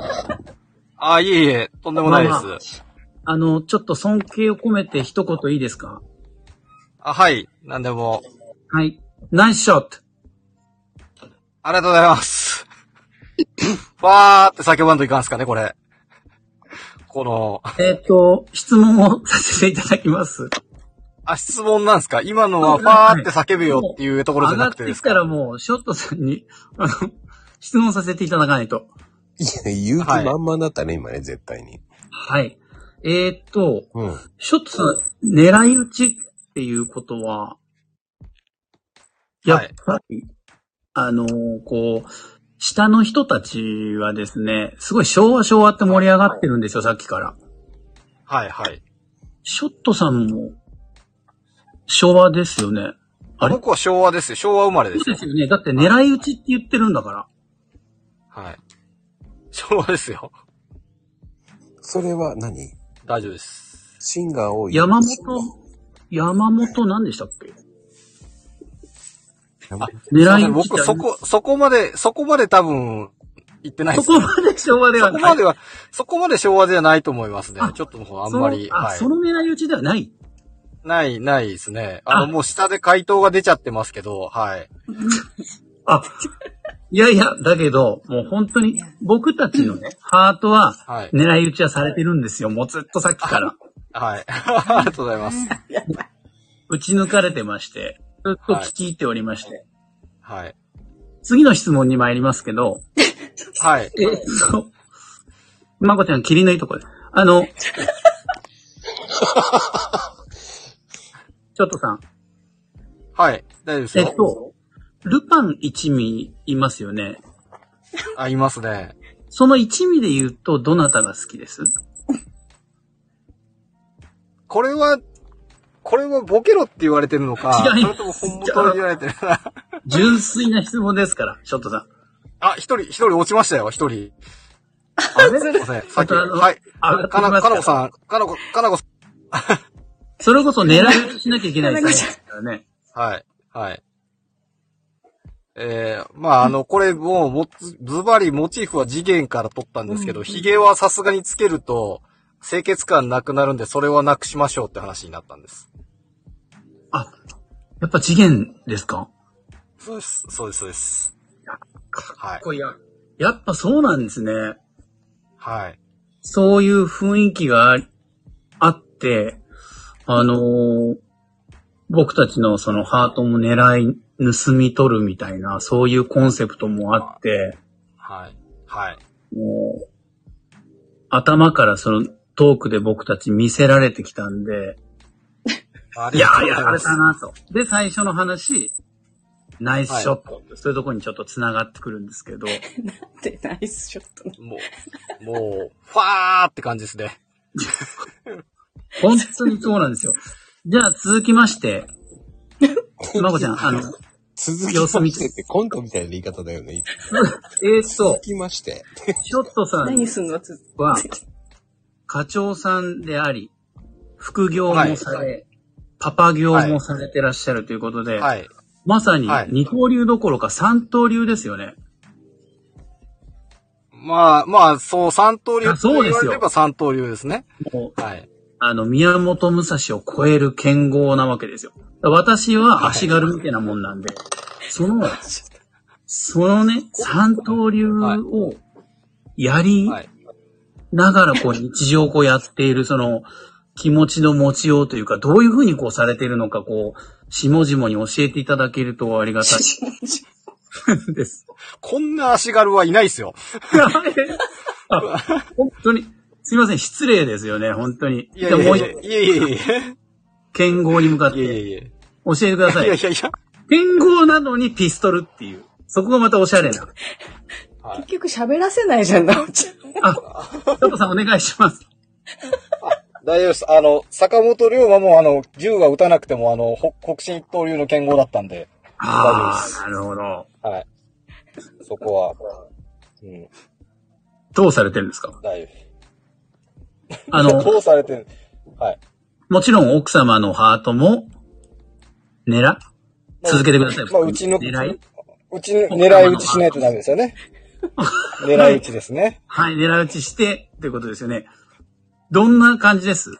あ、いえいえ、とんでもないこんばんはです。あの、ちょっと尊敬を込めて一言いいですかあ、はい。なんでも。はい。ナイスショ *laughs* ットありがとうございます。 *laughs* わーって叫ばんといかんすかね、これ。この、えっ、と、質問をさせていただきます。あ、質問なんすか今のは、ファーって叫ぶよっていうところじ上ゃがなっくててできすかたらもう、ショットさんに、あの、質問させていただかないと。 *laughs* いや、勇気満々だったね、今ね、絶対に。はい。えっ、と、うん。ショットさん、狙い撃ちっていうことは、やっぱり、あのーこう、下の人たちはですね、すごい昭和昭和って盛り上がってるんですよ、さっきから。はいはい。ショットさんも、昭和ですよね。あれ僕は昭和ですよ。昭和生まれでそうすよで。すよね。だって狙い撃ちって言ってるんだから。はい。昭和ですよ。それは何大丈夫です。シンガーを山本、山本何でしたっけ山本すいま狙せいん撃ちって僕、そこ、そこまで、そこまで多分、言ってないでそすねこまで昭和ではそこない。までは、そこまで昭和ではないと思いますねあ。ちょっともうあんまり、そのあ、はいそ。の狙い撃ちではない。ない、ないですね。あの、あもう下で回答が出ちゃってますけど、はい。あ、いやいや、だけど、もう本当に僕たちのね、ハートははい。狙い撃ちはされてるんですよ。もうずっとさっきから。はい。 *laughs* ありがとうございます。打ち抜かれてまして、ずっと聞き入っておりまして。はい。次の質問に参りますけど、はい。えっと、まこちゃん、霧のいいとこで。あの、ちょっとさん、はい。大丈夫ですえよ。っと、ルパン一味いますよね。あ、いますね。その一味で言うと、どなたが好きですこれは、これはボケろって言われてるのか、違いそれますとも本物と言われてるのか。純粋な質問ですから、ショットさん。 *laughs* あ、一人、一人落ちましたよ、一人。あれすいません。さっき、またあのはい。上がってきかまな、すかからなこさん、かなこ、かなこさそれこそ狙い撃ちしなきゃいけないですからね。ん。はい。はい。えー、まあ、あの、これもう、もつ、ズバリモチーフは次元から取ったんですけど、髭はさすがにつけると、清潔感なくなるんで、それはなくしましょうって話になったんです。あ、やっぱ次元ですかそうです、そうです、そうです。はい。こいや。やっぱそうなんですね。はい。そういう雰囲気がありあって、あのー僕たちのそのハートも狙い、盗み取るみたいな、そういうコンセプトもあって、はい。はい。もう、頭からそのトークで僕たち見せられてきたんで、あいりやがとー、うごやざいらまれすた。なと。で、最初の話、ナイスショット。そういうところにちょっと繋がってくるんですけど、 *laughs* で、ナイスショット。もう、もう、ファーって感じですね。本当にそうなんですよ。じゃあ続き *laughs* まして、まこちゃん、あの、続きましてってコントみたいな言い方だよね。えーっと続、きまして。ショットさん何すんのつは、課長さんであり、副業もされ、はパパ業もされてらっしゃるということで、はい。まさにはい二刀流どころか三刀流ですよね。まあ、まあ、そう、三刀流あそうです言よわれれば三刀流ですね。もうはい。あの、宮本武蔵を超える剣豪なわけですよ。私は足軽みたいなもんなんで、その、そのね、三刀流をやりはい。ながらこう日常をこうやっているその気持ちの持ちようというか、どういうふうにこうされているのか、こう、下々に教えていただけるとありがたいです。こんな足軽はいないですよ。あ本当に、すいません、失礼ですよね、本当に。いやいやいもうや一。いやいやいや。剣豪に向かっいやていやいや。教えてくださいやいい。やいや。剣豪なのにピストルっていう。そこがまたおしゃれな。はい結局喋らせないじゃん、なおちゃん。あ、佐藤さんお願いします。大丈夫です。あの、坂本龍馬も、あの、銃は撃たなくても、あの、ほ北進一刀流の剣豪だったんで、ああ、なるほど。はい。そこは、うん、どうされてるんですか大丈夫です。あの、どうされてるはい。もちろん奥様のハートも、狙続けてください。まあ、うちの、狙いうちの、狙い撃ちしないとダメですよ *laughs* ね。狙い撃ちですね。はい、狙い撃ちして、ということですよね。どんな感じです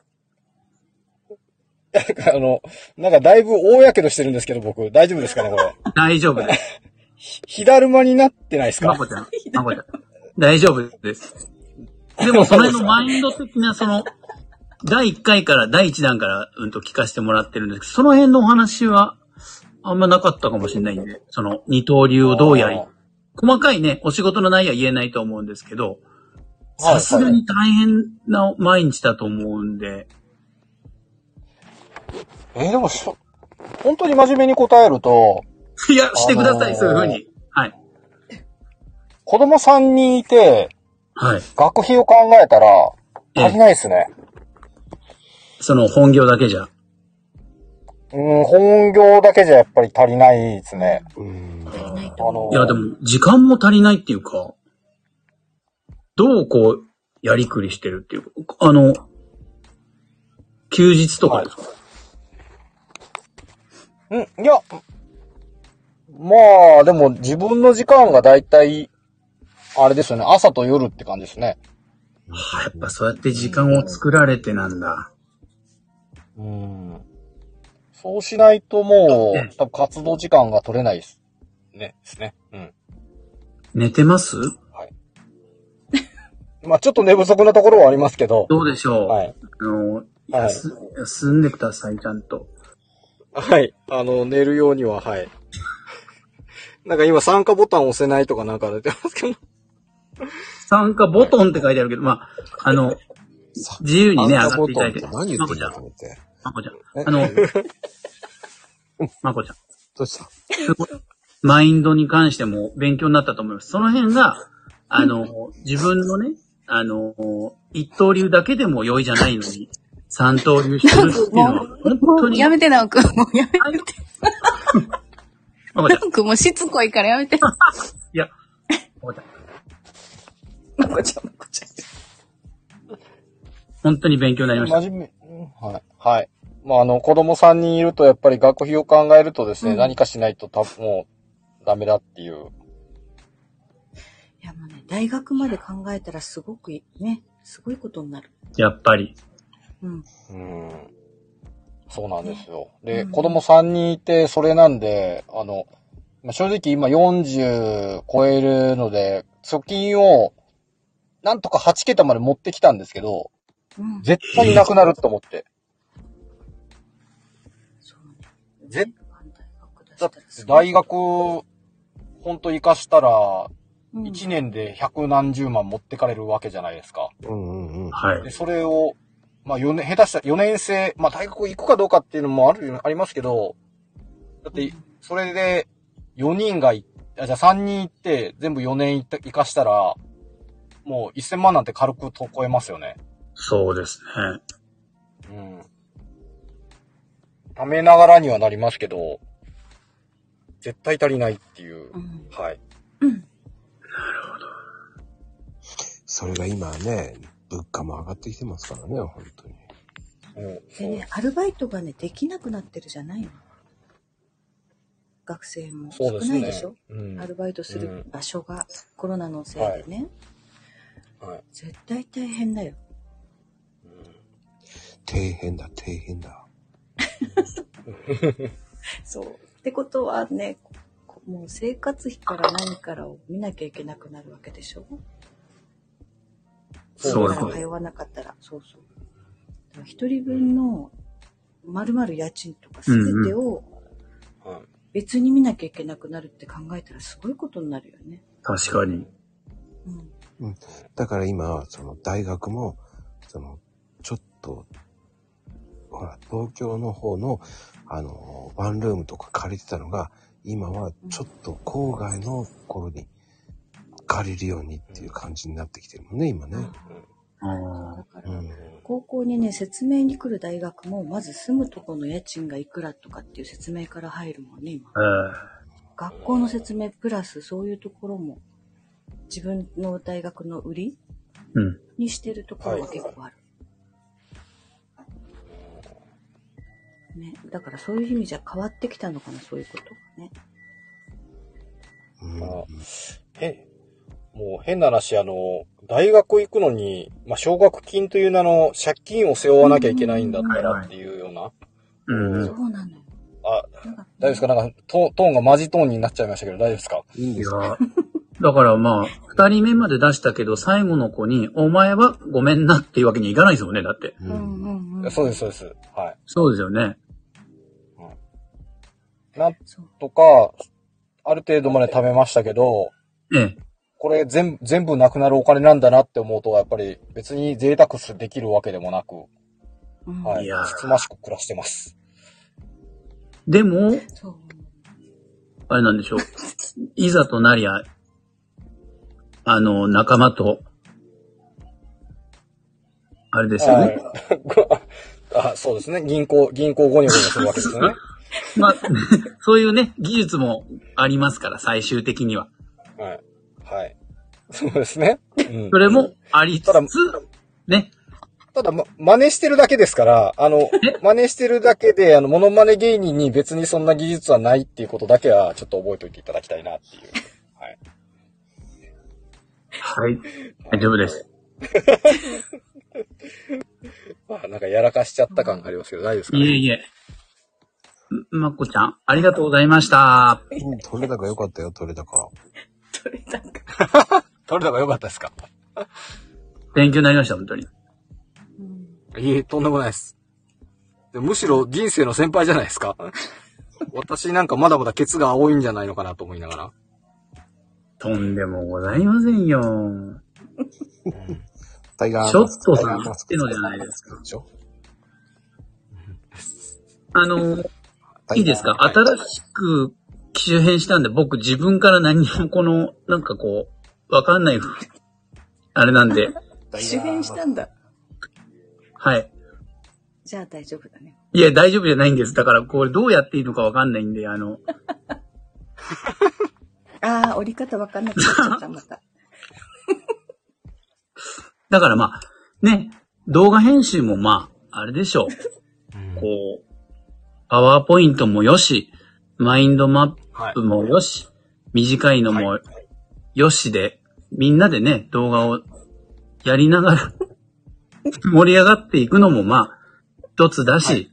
なんかあの、なんかだいぶ大やけどしてるんですけど、僕、大丈夫ですかね、これ。大丈夫です。火だるまになってないですまかこちゃん、まこちゃん。大丈夫です。でも、その辺のマインド的な、その、第1回から、第1弾から、うんと聞かせてもらってるんですけど、その辺のお話は、あんまなかったかもしれないんで、その、二刀流をどうやり、細かいね、お仕事の内容は言えないと思うんですけど、はいさすがに大変な毎日だと思うんで、えーでもしょ、本当に真面目に答えると、いや、してくださあのい、ーそういうふうに。はい。子供3人いて、はい。学費を考えたら、足りないですね。その本業だけじゃ。うん、本業だけじゃやっぱり足りないですね。あのいや、でも、時間も足りないっていうか、どうこう、やりくりしてるっていうか、あの、休日とかですか、うん、いや、まあ、でも自分の時間がだいたい、あれですよね、朝と夜って感じですね。はあやっぱそうやって時間を作られてなんだ。うん。そうしないともうんう、多分活動時間が取れないです。ね、ですね。うん。寝てますまあちょっと寝不足なところはありますけど、どうでしょう、はい。あの、はい休休んでください、ちゃんと。はい。あの、寝るようには、はい。 *laughs* なんか今参加ボタン押せないとかなんか出てますけど。参加ボトンって書いてあるけど、まあ、あの、自由にね、上あんがたっボていたトだンっいてて。何言ってんまこちゃだんと思って。まこちゃん。あの、 *laughs* まこちゃん。どうしたすごいマインドに関しても勉強になったと思います。その辺が、あの、自分のね、あの、一刀流だけでも良いじゃないのに、三刀流してるっていうのは、本当にや、めて、なおくん。もうやめて。まこちゃ、なんおくんもうしつこいからやめて。いや、まこちゃん、まこちゃん、まこちゃん。本当に勉強になりました。真面目。うんはい。はい。まあ、あの、子供3人いると、やっぱり学費を考えるとですね、何かしないと多分もう、ダメだっていう。いや、もうね、大学まで考えたらすごくいいね、すごいことになる。やっぱり。うん。うん。そうなんですよ。で、子供3人いて、それなんで、あの、まあ、正直今40超えるので、貯金を、なんとか8桁まで持ってきたんですけど、うん。絶対になくなると思 *laughs* って。そうね。ぜ大学出だしったてらすごい大学、ほんと活かしたら、うん1年で百何十万持ってかれるわけじゃないですか。うんうんうん。はで、い。それを、まあ4年、下手したら4年生、まあ大学行くかどうかっていうのもある、ありますけど、だって、それで4人がい、あじゃあ3人行って、全部4年行った行かしたら、もう1000万なんて軽くと超えますよね。そうですね。うん。貯めながらにはなりますけど、絶対足りないっていう。うん。はい。それが今ね、物価も上がってきてますからね、本当に。うん、でね、アルバイトがね、できなくなってるじゃないの。学生もそ少うですなね。いでしょうんア。ルバイトすうんる場所がコロナのせいでね、はい。絶対大変だよ。底辺だ、底辺だ。そう。ってことはね、こもう生活費から何からを見なきゃいけなくなるわけでしょそう普段通わなかったら、そうそう。だから一人分の、まるまる家賃とかすべてをはい。別に見なきゃいけなくなるって考えたらすごいことになるよね。確かに。うん。だから今、その大学も、その、ちょっと、ほら、東京の方の、あの、ワンルームとか借りてたのが、今はちょっと郊外の頃に借りるようにっていう感じになってきてるもんね、今ね。あだかうら、ん。高校にね、説明に来る大学も、まず住むとこの家賃がいくらとかっていう説明から入るもんね、今。あ学校の説明プラスそういうところも、自分の大学の売りえうん。にしてるところが結構ある。ね、だからそういう意味じゃ変わってきたのかな、そういうことがね。うんあへ、もう変な話、あの、大学行くのに、まあ、奨学金という名の借金を背負わなきゃいけないんだったらっていうような。うんそ。うなのよ。あ、なんか大丈夫ですかなんかト、トーンがマジトーンになっちゃいましたけど、大丈夫ですかいいんいでやすよ。、だからまあ、二人目まで出したけど、最後の子に、お前はごめんなっていうわけにいかないですもんね、だって。ううんんうんうん。そうです、そうです。はそうですよね。い。なんそうとか、ある程度まで貯めましたけど、ええ。これ全部、全部なくなるお金なんだなって思うと、やっぱり別に贅沢できるわけでもなく、うんはい。いやーつつましく暮らしてます。でも、そう。あれなんでしょう。いざとなりゃ、あの、仲間と、あれですよはね。い。あ、そうですね。銀行、銀行ゴニョゴニョするわけですよね。まあ、 *laughs* そういうね、技術もありますから、最終的には。はい。はい。そうですね。うんそれもありつただつ、ね。ただ、ま、真似してるだけですから、あの、真似してるだけで、あの、モノマネ芸人に別にそんな技術はないっていうことだけは、ちょっと覚えておいていただきたいなっていう。はい。はい。大丈夫です。まあ、なんかやらかしちゃった感がありますけど、大丈夫ですかいえね。いえ。んまっこちゃん、ありがとうございました。うん *laughs* 取れ高良かったよ、取れ高。取れたか。取れた方が良かったですか勉強になりました、本当に。いえ、とんでもないです。でむしろ人生の先輩じゃない *laughs* ですか私なんかまだまだケツが青いんじゃないのかなと思いながら。とんでもございませんよ。タイガーちょっマスクとタイさガーマスってクのじゃないですか。でしょあの、いいですか新しく機種変したんで、僕自分から何もこの、なんかこう、わかんない、あれなんで、主演したんだ。はい。じゃあ大丈夫だね。いや、大丈夫じゃないんです。だから、これどうやっていいのかわかんないんで、あの、ああ、折り方わかんなくなっちゃった、また。だからまあ、ね、動画編集もまあ、あれでしょうんう。こう、パワーポイントもよし、マインドマッはいプ。もよし、短いのはいもよしで、みんなでね、動画をやりなが *laughs* ら盛り上がっていくのもまあ、一つだし、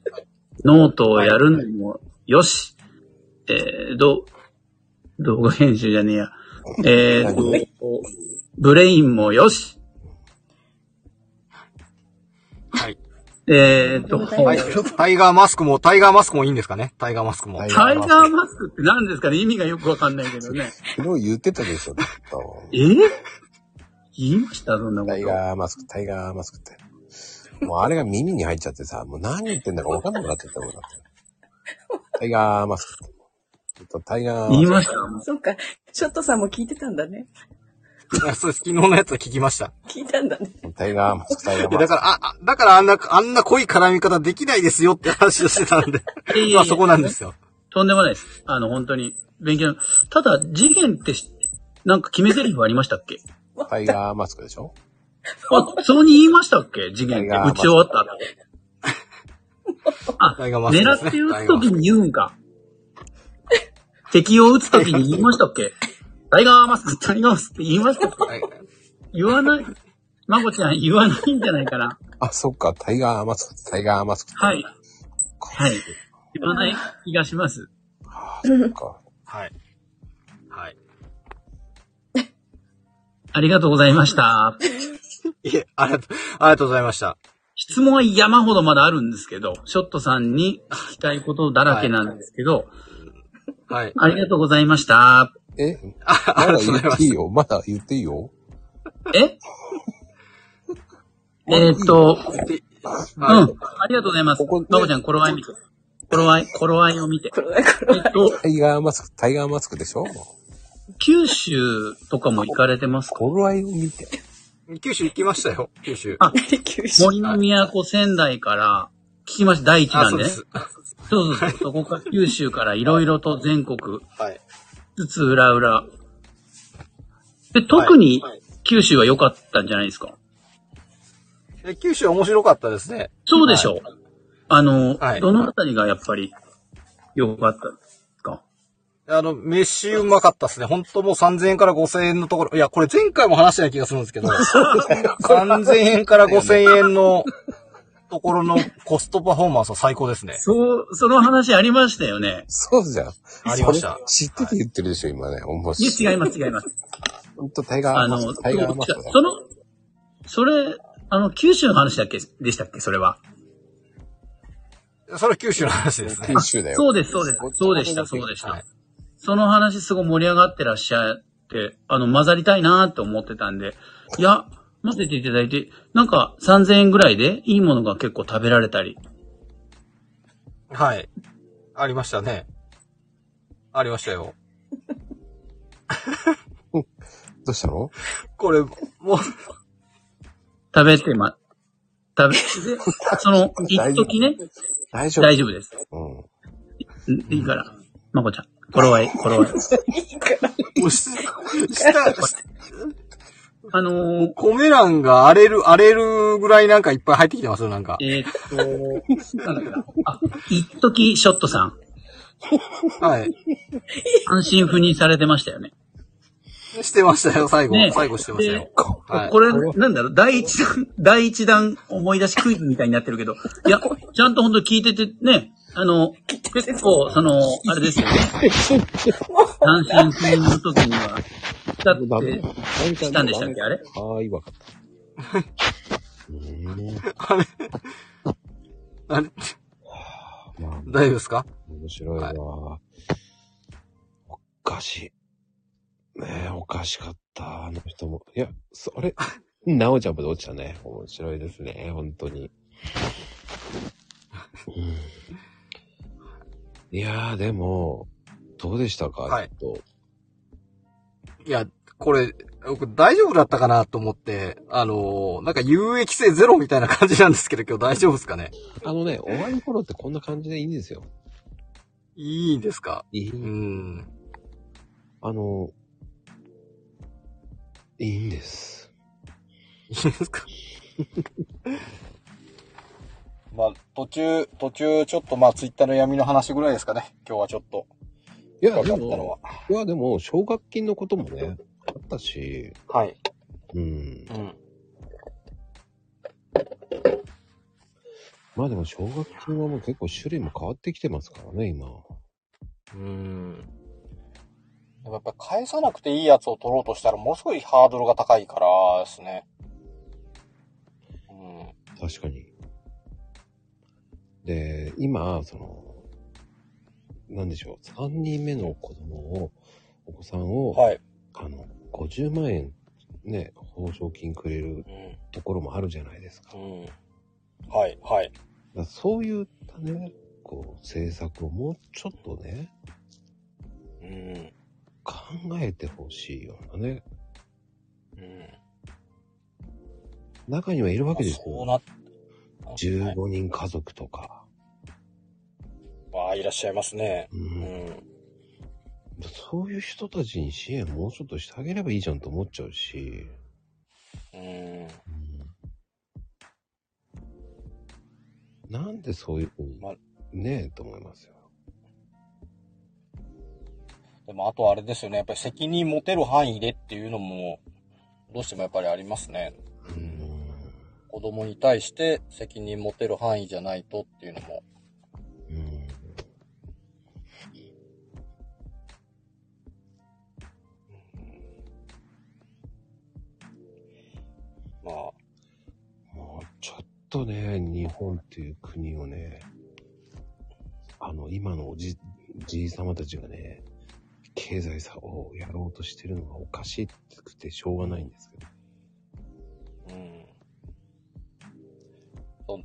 ノートをやるのもよし、えー、ど、動画編集じゃねえや、えーと、ブレインもよし、はい。えーと、ははい *laughs* タイガーマスクも、タイガーマスクもいいんですかねタイガーマスクも。タイタイガーマスクって何ですかね意味がよくわかんないけどね。昨日言ってたでしょ、だった *laughs* えー言いましたそんなこタイと。ガーマスク、タイガーマスクって。もうあれが耳に入っちゃってさ、もう何言ってんだか分かんなくなっちゃったもんだって。タイガーマスクって。ちょっとタイガー言いマまスした *laughs* そうか。ショットさんも聞いてたんだね。あ *laughs* そうです。昨日のやつは聞きました。聞いたんだね。ク、タイガーマスク、タイガーいマや、だスク。から、あ、あだからあんな、あんな濃い絡み方できないですよって話をしてたんで。いやいやいや *laughs* まあそこなんですよ。とんでもないです。あの、本当に、勉強。ただ、次元ってし、なんか決め台詞ありましたっ *laughs* けタイガーマスクでしょあ、そうに言いましたっけ次元って。タイガーマス打ちク終わった *laughs* 後。あ、タイガーマスクです狙ねって撃つときに言うんか。敵を撃つときに言いましたっけタイガーマスク、タイガーマスクって言いましたっけはい言わない。まこちゃん言わないんじゃないかな。あ、そっか、タイガーマスク、タイガーマスクって。はい。はい。知らない気がします。ああ、そっか。はい。はい。ありがとうございました。いえ、ありがとう、ありがとうございました。質問は山ほどまだあるんですけど、ショットさんに聞きたいことだらけなんですけど、はい。ありがとうございました。え、ああまりだがとう言っございまていいす。よ。まだ言っていい *laughs* よ。ええーっと、うん。はあい。りがとうございます。ここねまこちゃん、頃合い見て。頃合い、頃合いを見て。えっと、タイガーマスク、タイガーマスクでしょ九州とかも行かれてますか頃合いを見て。九州行きましたよ。九州。あ九州。森の都仙台から聞きました。第一あ、弾そうで。でそうす。そうそう。そこから九州からいろいろと全国、はい。つつ裏裏。で、特に九州は良かったんじゃないですか。で九州面白かったですね。そうでしょう。あの、はいどのあたりがやっぱり良かったですかあの、飯うまかったですね。ほんともう3000円から5000円のところ。いや、これ前回も話してない気がするんですけ *laughs* ど、3000円から5000円のところのコストパフォーマンスは最高ですね。そう、その話ありましたよね。そうじゃん。ありましたそれ知ってて言ってるでしょ、今ね。面い白い。や、違い *laughs* ます、違います。ほんとタイガあーマの、スそク、タイガーマスクだ。その、それ、あの、九州の話だっけ、でしたっけ、それは。それは九州の話ですね九。州だよ。そうです、そうです。そうでした、そうでした。はい。その話すごい盛り上がってらっしゃって、あの、混ざりたいなーって思ってたんで、いや、混ぜていただいて、なんか3000円ぐらいでいいものが結構食べられたり。はい。ありましたね。ありましたよ。どうしたのこれ、もう、食べてま、食べ、でその、一時ね、大丈夫大丈夫です。うん。んいいから。まこちゃん、頃合い、頃合い。もうしした、あのー、米欄が荒れる、荒れるぐらいなんかいっぱい入ってきてますよ、なんか。えーっと、なんだっけな。あ、一時ショットさん、はい。安心赴任されてましたよね。してましたよ、最後。ね最後してましたよで。はいこれ、なんだろう、第一弾、 *laughs* 第一弾思い出しクイズみたいになってるけど、*laughs* いや、ちゃんとほんと聞いてて、ね、あの、結構、その、あれですよね。 *laughs* 単身赴任の時には、*laughs* だって、したんでしたっけあれはー *laughs* い、わかった。ええあれあれまあ、大丈夫ですか面白いわ。おかしい。ねえ、おかしかった、あの人も。いや、そあれ、なおちゃんまで落ちたね。面白いですね、本当に。うんいやー、でも、どうでしたか、はいちょっいや、これ、僕大丈夫だったかなと思って、あのーなんか有益性ゼロみたいな感じなんですけど、今日大丈夫ですかねと。あのね、終わり頃ってこんな感じでいいんですよ。いいんですかいい、うん。あの、いいんです。いいですか *laughs* まあ、途中、途中、ちょっとまあ、ツイッターの闇の話ぐらいですかね。今日はちょっと、いや、分でかったのはも、。いや、でも、奨学金のこともね、あったし、はい。うんう。ん。まあでも、奨学金はもう結構種類も変わってきてますからね、今。うん。でもやっぱ返さなくていいやつを取ろうとしたら、ものすごいハードルが高いからですね。うん。確かに。で、今、その、なんでしょう、3人目の子供を、お子さんを、はい。あの、50万円、ね、報奨金くれるうん。ところもあるじゃないですか。うん。はい、はい。だからそういったね、こう、政策をもうちょっとね、うん。考えてほしいようなね、うん。中にはいるわけですそうよ。なっ、はい15人家族とか。まあ、いらっしゃいますね。ううんん。そういう人たちに支援もうちょっとしてあげればいいじゃんと思っちゃうし。うん。うんなんでそういうふうにまあ、ねえと思いますよ。でも、あとあれですよね。やっぱり責任持てる範囲でっていうのも、どうしてもやっぱりありますね。うん子供に対して責任持てる範囲じゃないとっていうのも。うんまあ、もうちょっとね、日本っていう国をね、あの、今のおじ、じい様たちがね、経済さをやろうとしてるのがおかしくてしょうがないんですけど。うんその。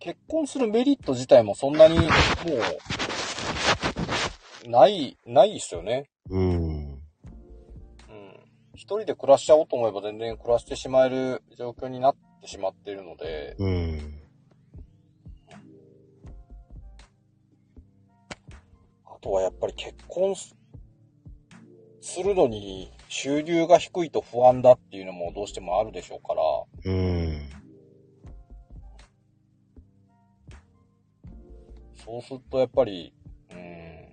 結婚するメリット自体もそんなに、もう、ない、ないですよね。うん。うん。一人で暮らしちゃおうと思えば全然暮らしてしまえる状況になってしまっているので、うん。あとはやっぱり結婚すするのに収入が低いと不安だっていうのもどうしてもあるでしょうから、うん。そうするとやっぱり、うーん。う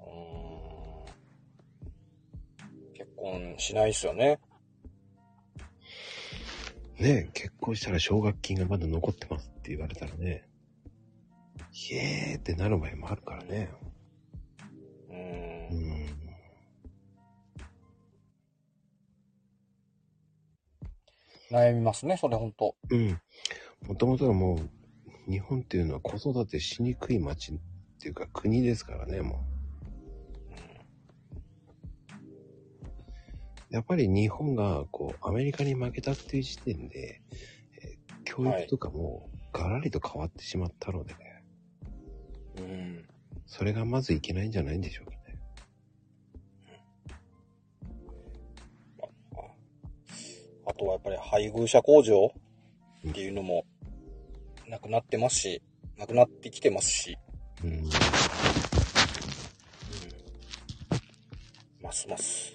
ーん結婚しないですよね。ねえ結婚したら奨学金がまだ残ってますって言われたらね、イエーってなる場合もあるからね。ううーん。ん。悩みますね、それほんと。うん。もともとはもう、日本っていうのは子育てしにくい街っていうか国ですからね、もう。やっぱり日本が、こう、アメリカに負けたっていう時点で、えー教育とかも、ガラリと変わってしまったのでね、うん。それがまずいけないんじゃないんでしょうかね。あとはやっぱり配偶者控除っていうのも、なくなってますし、なくなってきてますし、うん。ますます。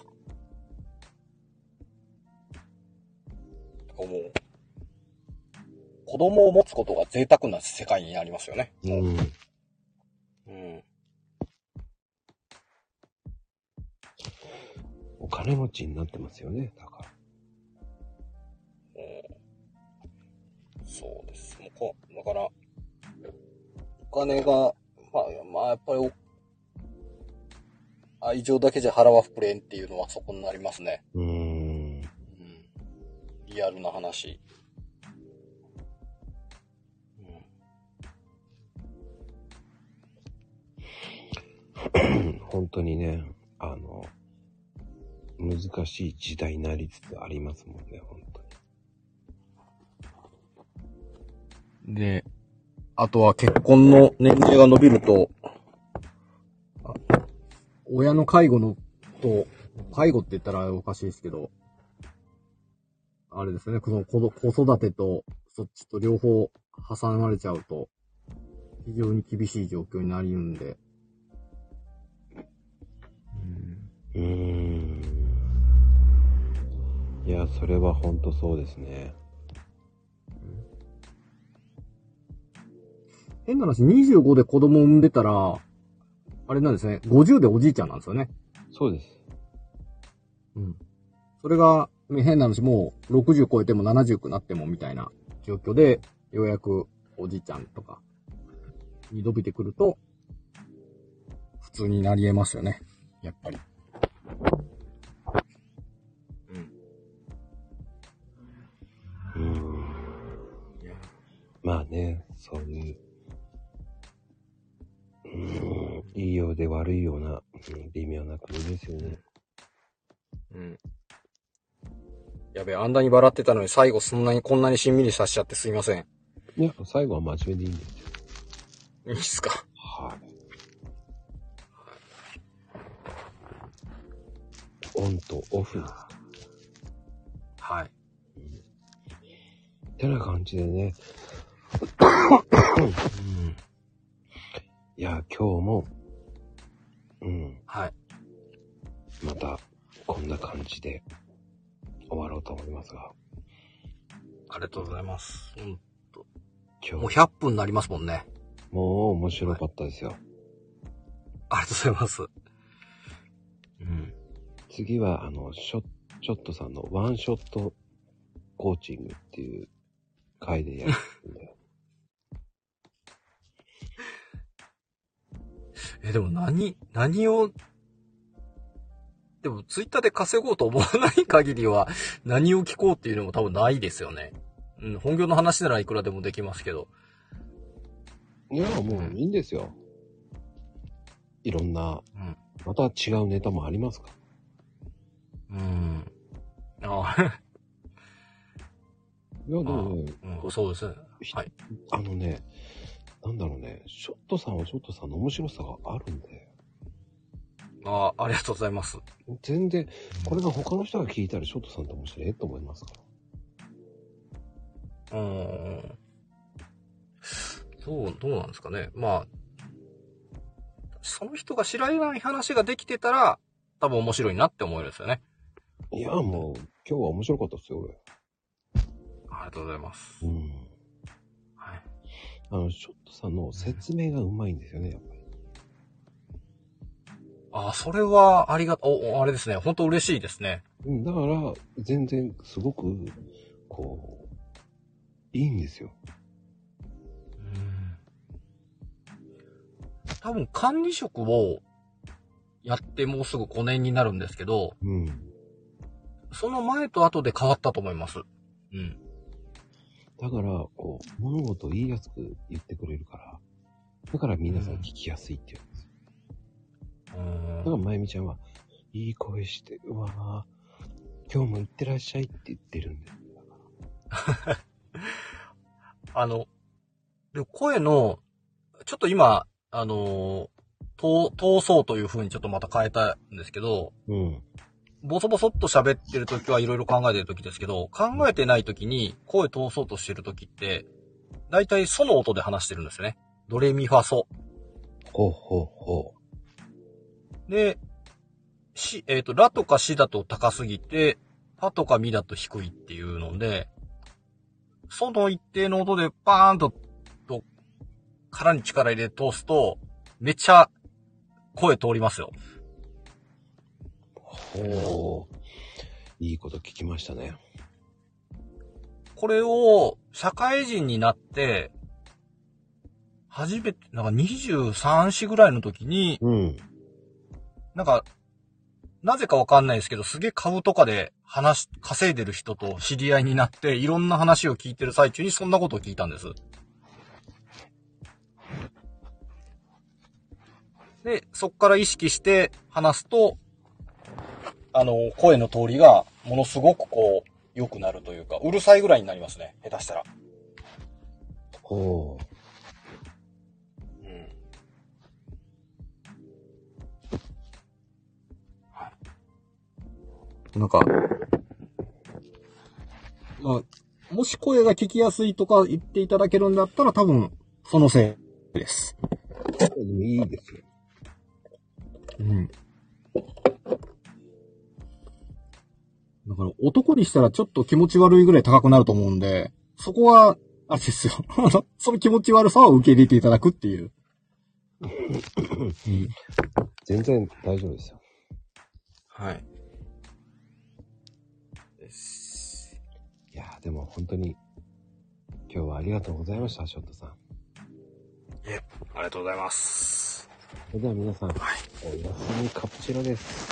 もう、子供を持つことが贅沢な世界になりますよね。うん。うん。お金持ちになってますよね、だから。そうです。もうこだから、お金が、まあ、まあ、やっぱりお、愛情だけじゃ腹は膨れんっていうのはそこになりますね。うーん。 *clears throat* うんリアルな話。うん本当にね、あの、難しい時代になりつつありますもんね、本当に。で、あとは結婚の年齢が伸びると、あ親の介護の、と、介護って言ったらおかしいですけど、あれですね、この子ど子育てと、そっちと両方挟まれちゃうと、非常に厳しい状況になりうんで、うーん。いや、それは本当そうですね。変な話、25で子供を産んでたら、あれなんですね、50でおじいちゃんなんですよね。そうです。うん。それが、ね変な話、もう60超えても70くなってもみたいな状況で、ようやくおじいちゃんとかに伸びてくると、普通になり得ますよね。やっぱり。うーん。まあね、そういう、うーん、いいようで悪いような、うん微妙な国ですよね。うん。やべえ、あんなに笑ってたのに最後そんなにこんなにしんみりさせちゃってすいません。いや、最後は真面目でいいんですよ。いいっすか。はい。オンとオフです。はい。てな感じでね。うんいや、今日も、うん、はい。また、こんな感じで、終わろうと思いますが、ありがとうございます。うん。今もう日、 100分になりますもんね。もう面白かったですよ。ありがとうございます。うん。次は、あの、ショショットさんのワンショットコーチングっていう回でやるんで。え、でも何、何を、でも、ツイッターで稼ごうと思わない限りは、 *laughs* 何を聞こうっていうのも多分ないですよね。うん、本業の話ならいくらでもできますけど。いや、もういいんですよ。いろんな、うんまた違うネタもありますから。うん。あ *laughs* いや、でもね、あ、うん、そうですね。はい。あのね、なんだろうね、ショットさんはショットさんの面白さがあるんで、ああ、ありがとうございます。全然、これが他の人が聞いたらショットさんって面白いと思いますから。うん。どう、どうなんですかね。まあ、その人が知らない話ができてたら、多分面白いなって思えるんですよね。いや、もう、今日は面白かったですよ、俺。ありがとうございます。うん。はい。あの、ショットさんの説明がうまいんですよね、やっぱり。ああ、それはありが、お、おあれですね。本当嬉しいですね。うん、だから、全然、すごく、こう、いいんですよ。多分管理職をやってもうすぐ5年になるんですけど、うん。その前と後で変わったと思います。うん。だから、こう、物事を言いやすく言ってくれるから、だから皆さん聞きやすいっていうんですよ。だから、まゆみちゃんは、いい声してるわー。今日も行ってらっしゃいって言ってるんで。あの、で声の、ちょっと今、あのー、通、通そうという風にちょっとまた変えたんですけど、うん。ボソボソっと喋ってる時はいろいろ考えてる時ですけど、考えてない時に声通そうとしてる時って、だいたいソの音で話してるんですよね。ドレミファソ。ほうほうほで、し、えっ、と、ラとかシだと高すぎて、ファとかミだと低いっていうので、その一定の音でバーンと、と、殻に力入れて通すと、めっちゃ声通りますよ。う。ほう。いいこと聞きましたね。これを社会人になって、初めて、なんか23歳ぐらいの時に、うん。なんか、なぜかわかんないですけど、すげえ株とかで話し、稼いでる人と知り合いになって、いろんな話を聞いてる最中にそんなことを聞いたんです。で、そっから意識して話すと、あの、声の通りがものすごくこう、良くなるというか、うるさいぐらいになりますね。下手したら。ほうん。なんか、まあ、もし声が聞きやすいとか言っていただけるんだったら多分、そのせいです。う。でもいいですよ。うん。だから男にしたらちょっと気持ち悪いぐらい高くなると思うんで、そこは、あれですよ。 *laughs* あのその気持ち悪さを受け入れていただくっていう。うん全然大丈夫ですよ。はい。いやーでも本当に、今日はありがとうございました、ショットさん。ありがとうございます。それでは皆さん、おやすみカプチロです。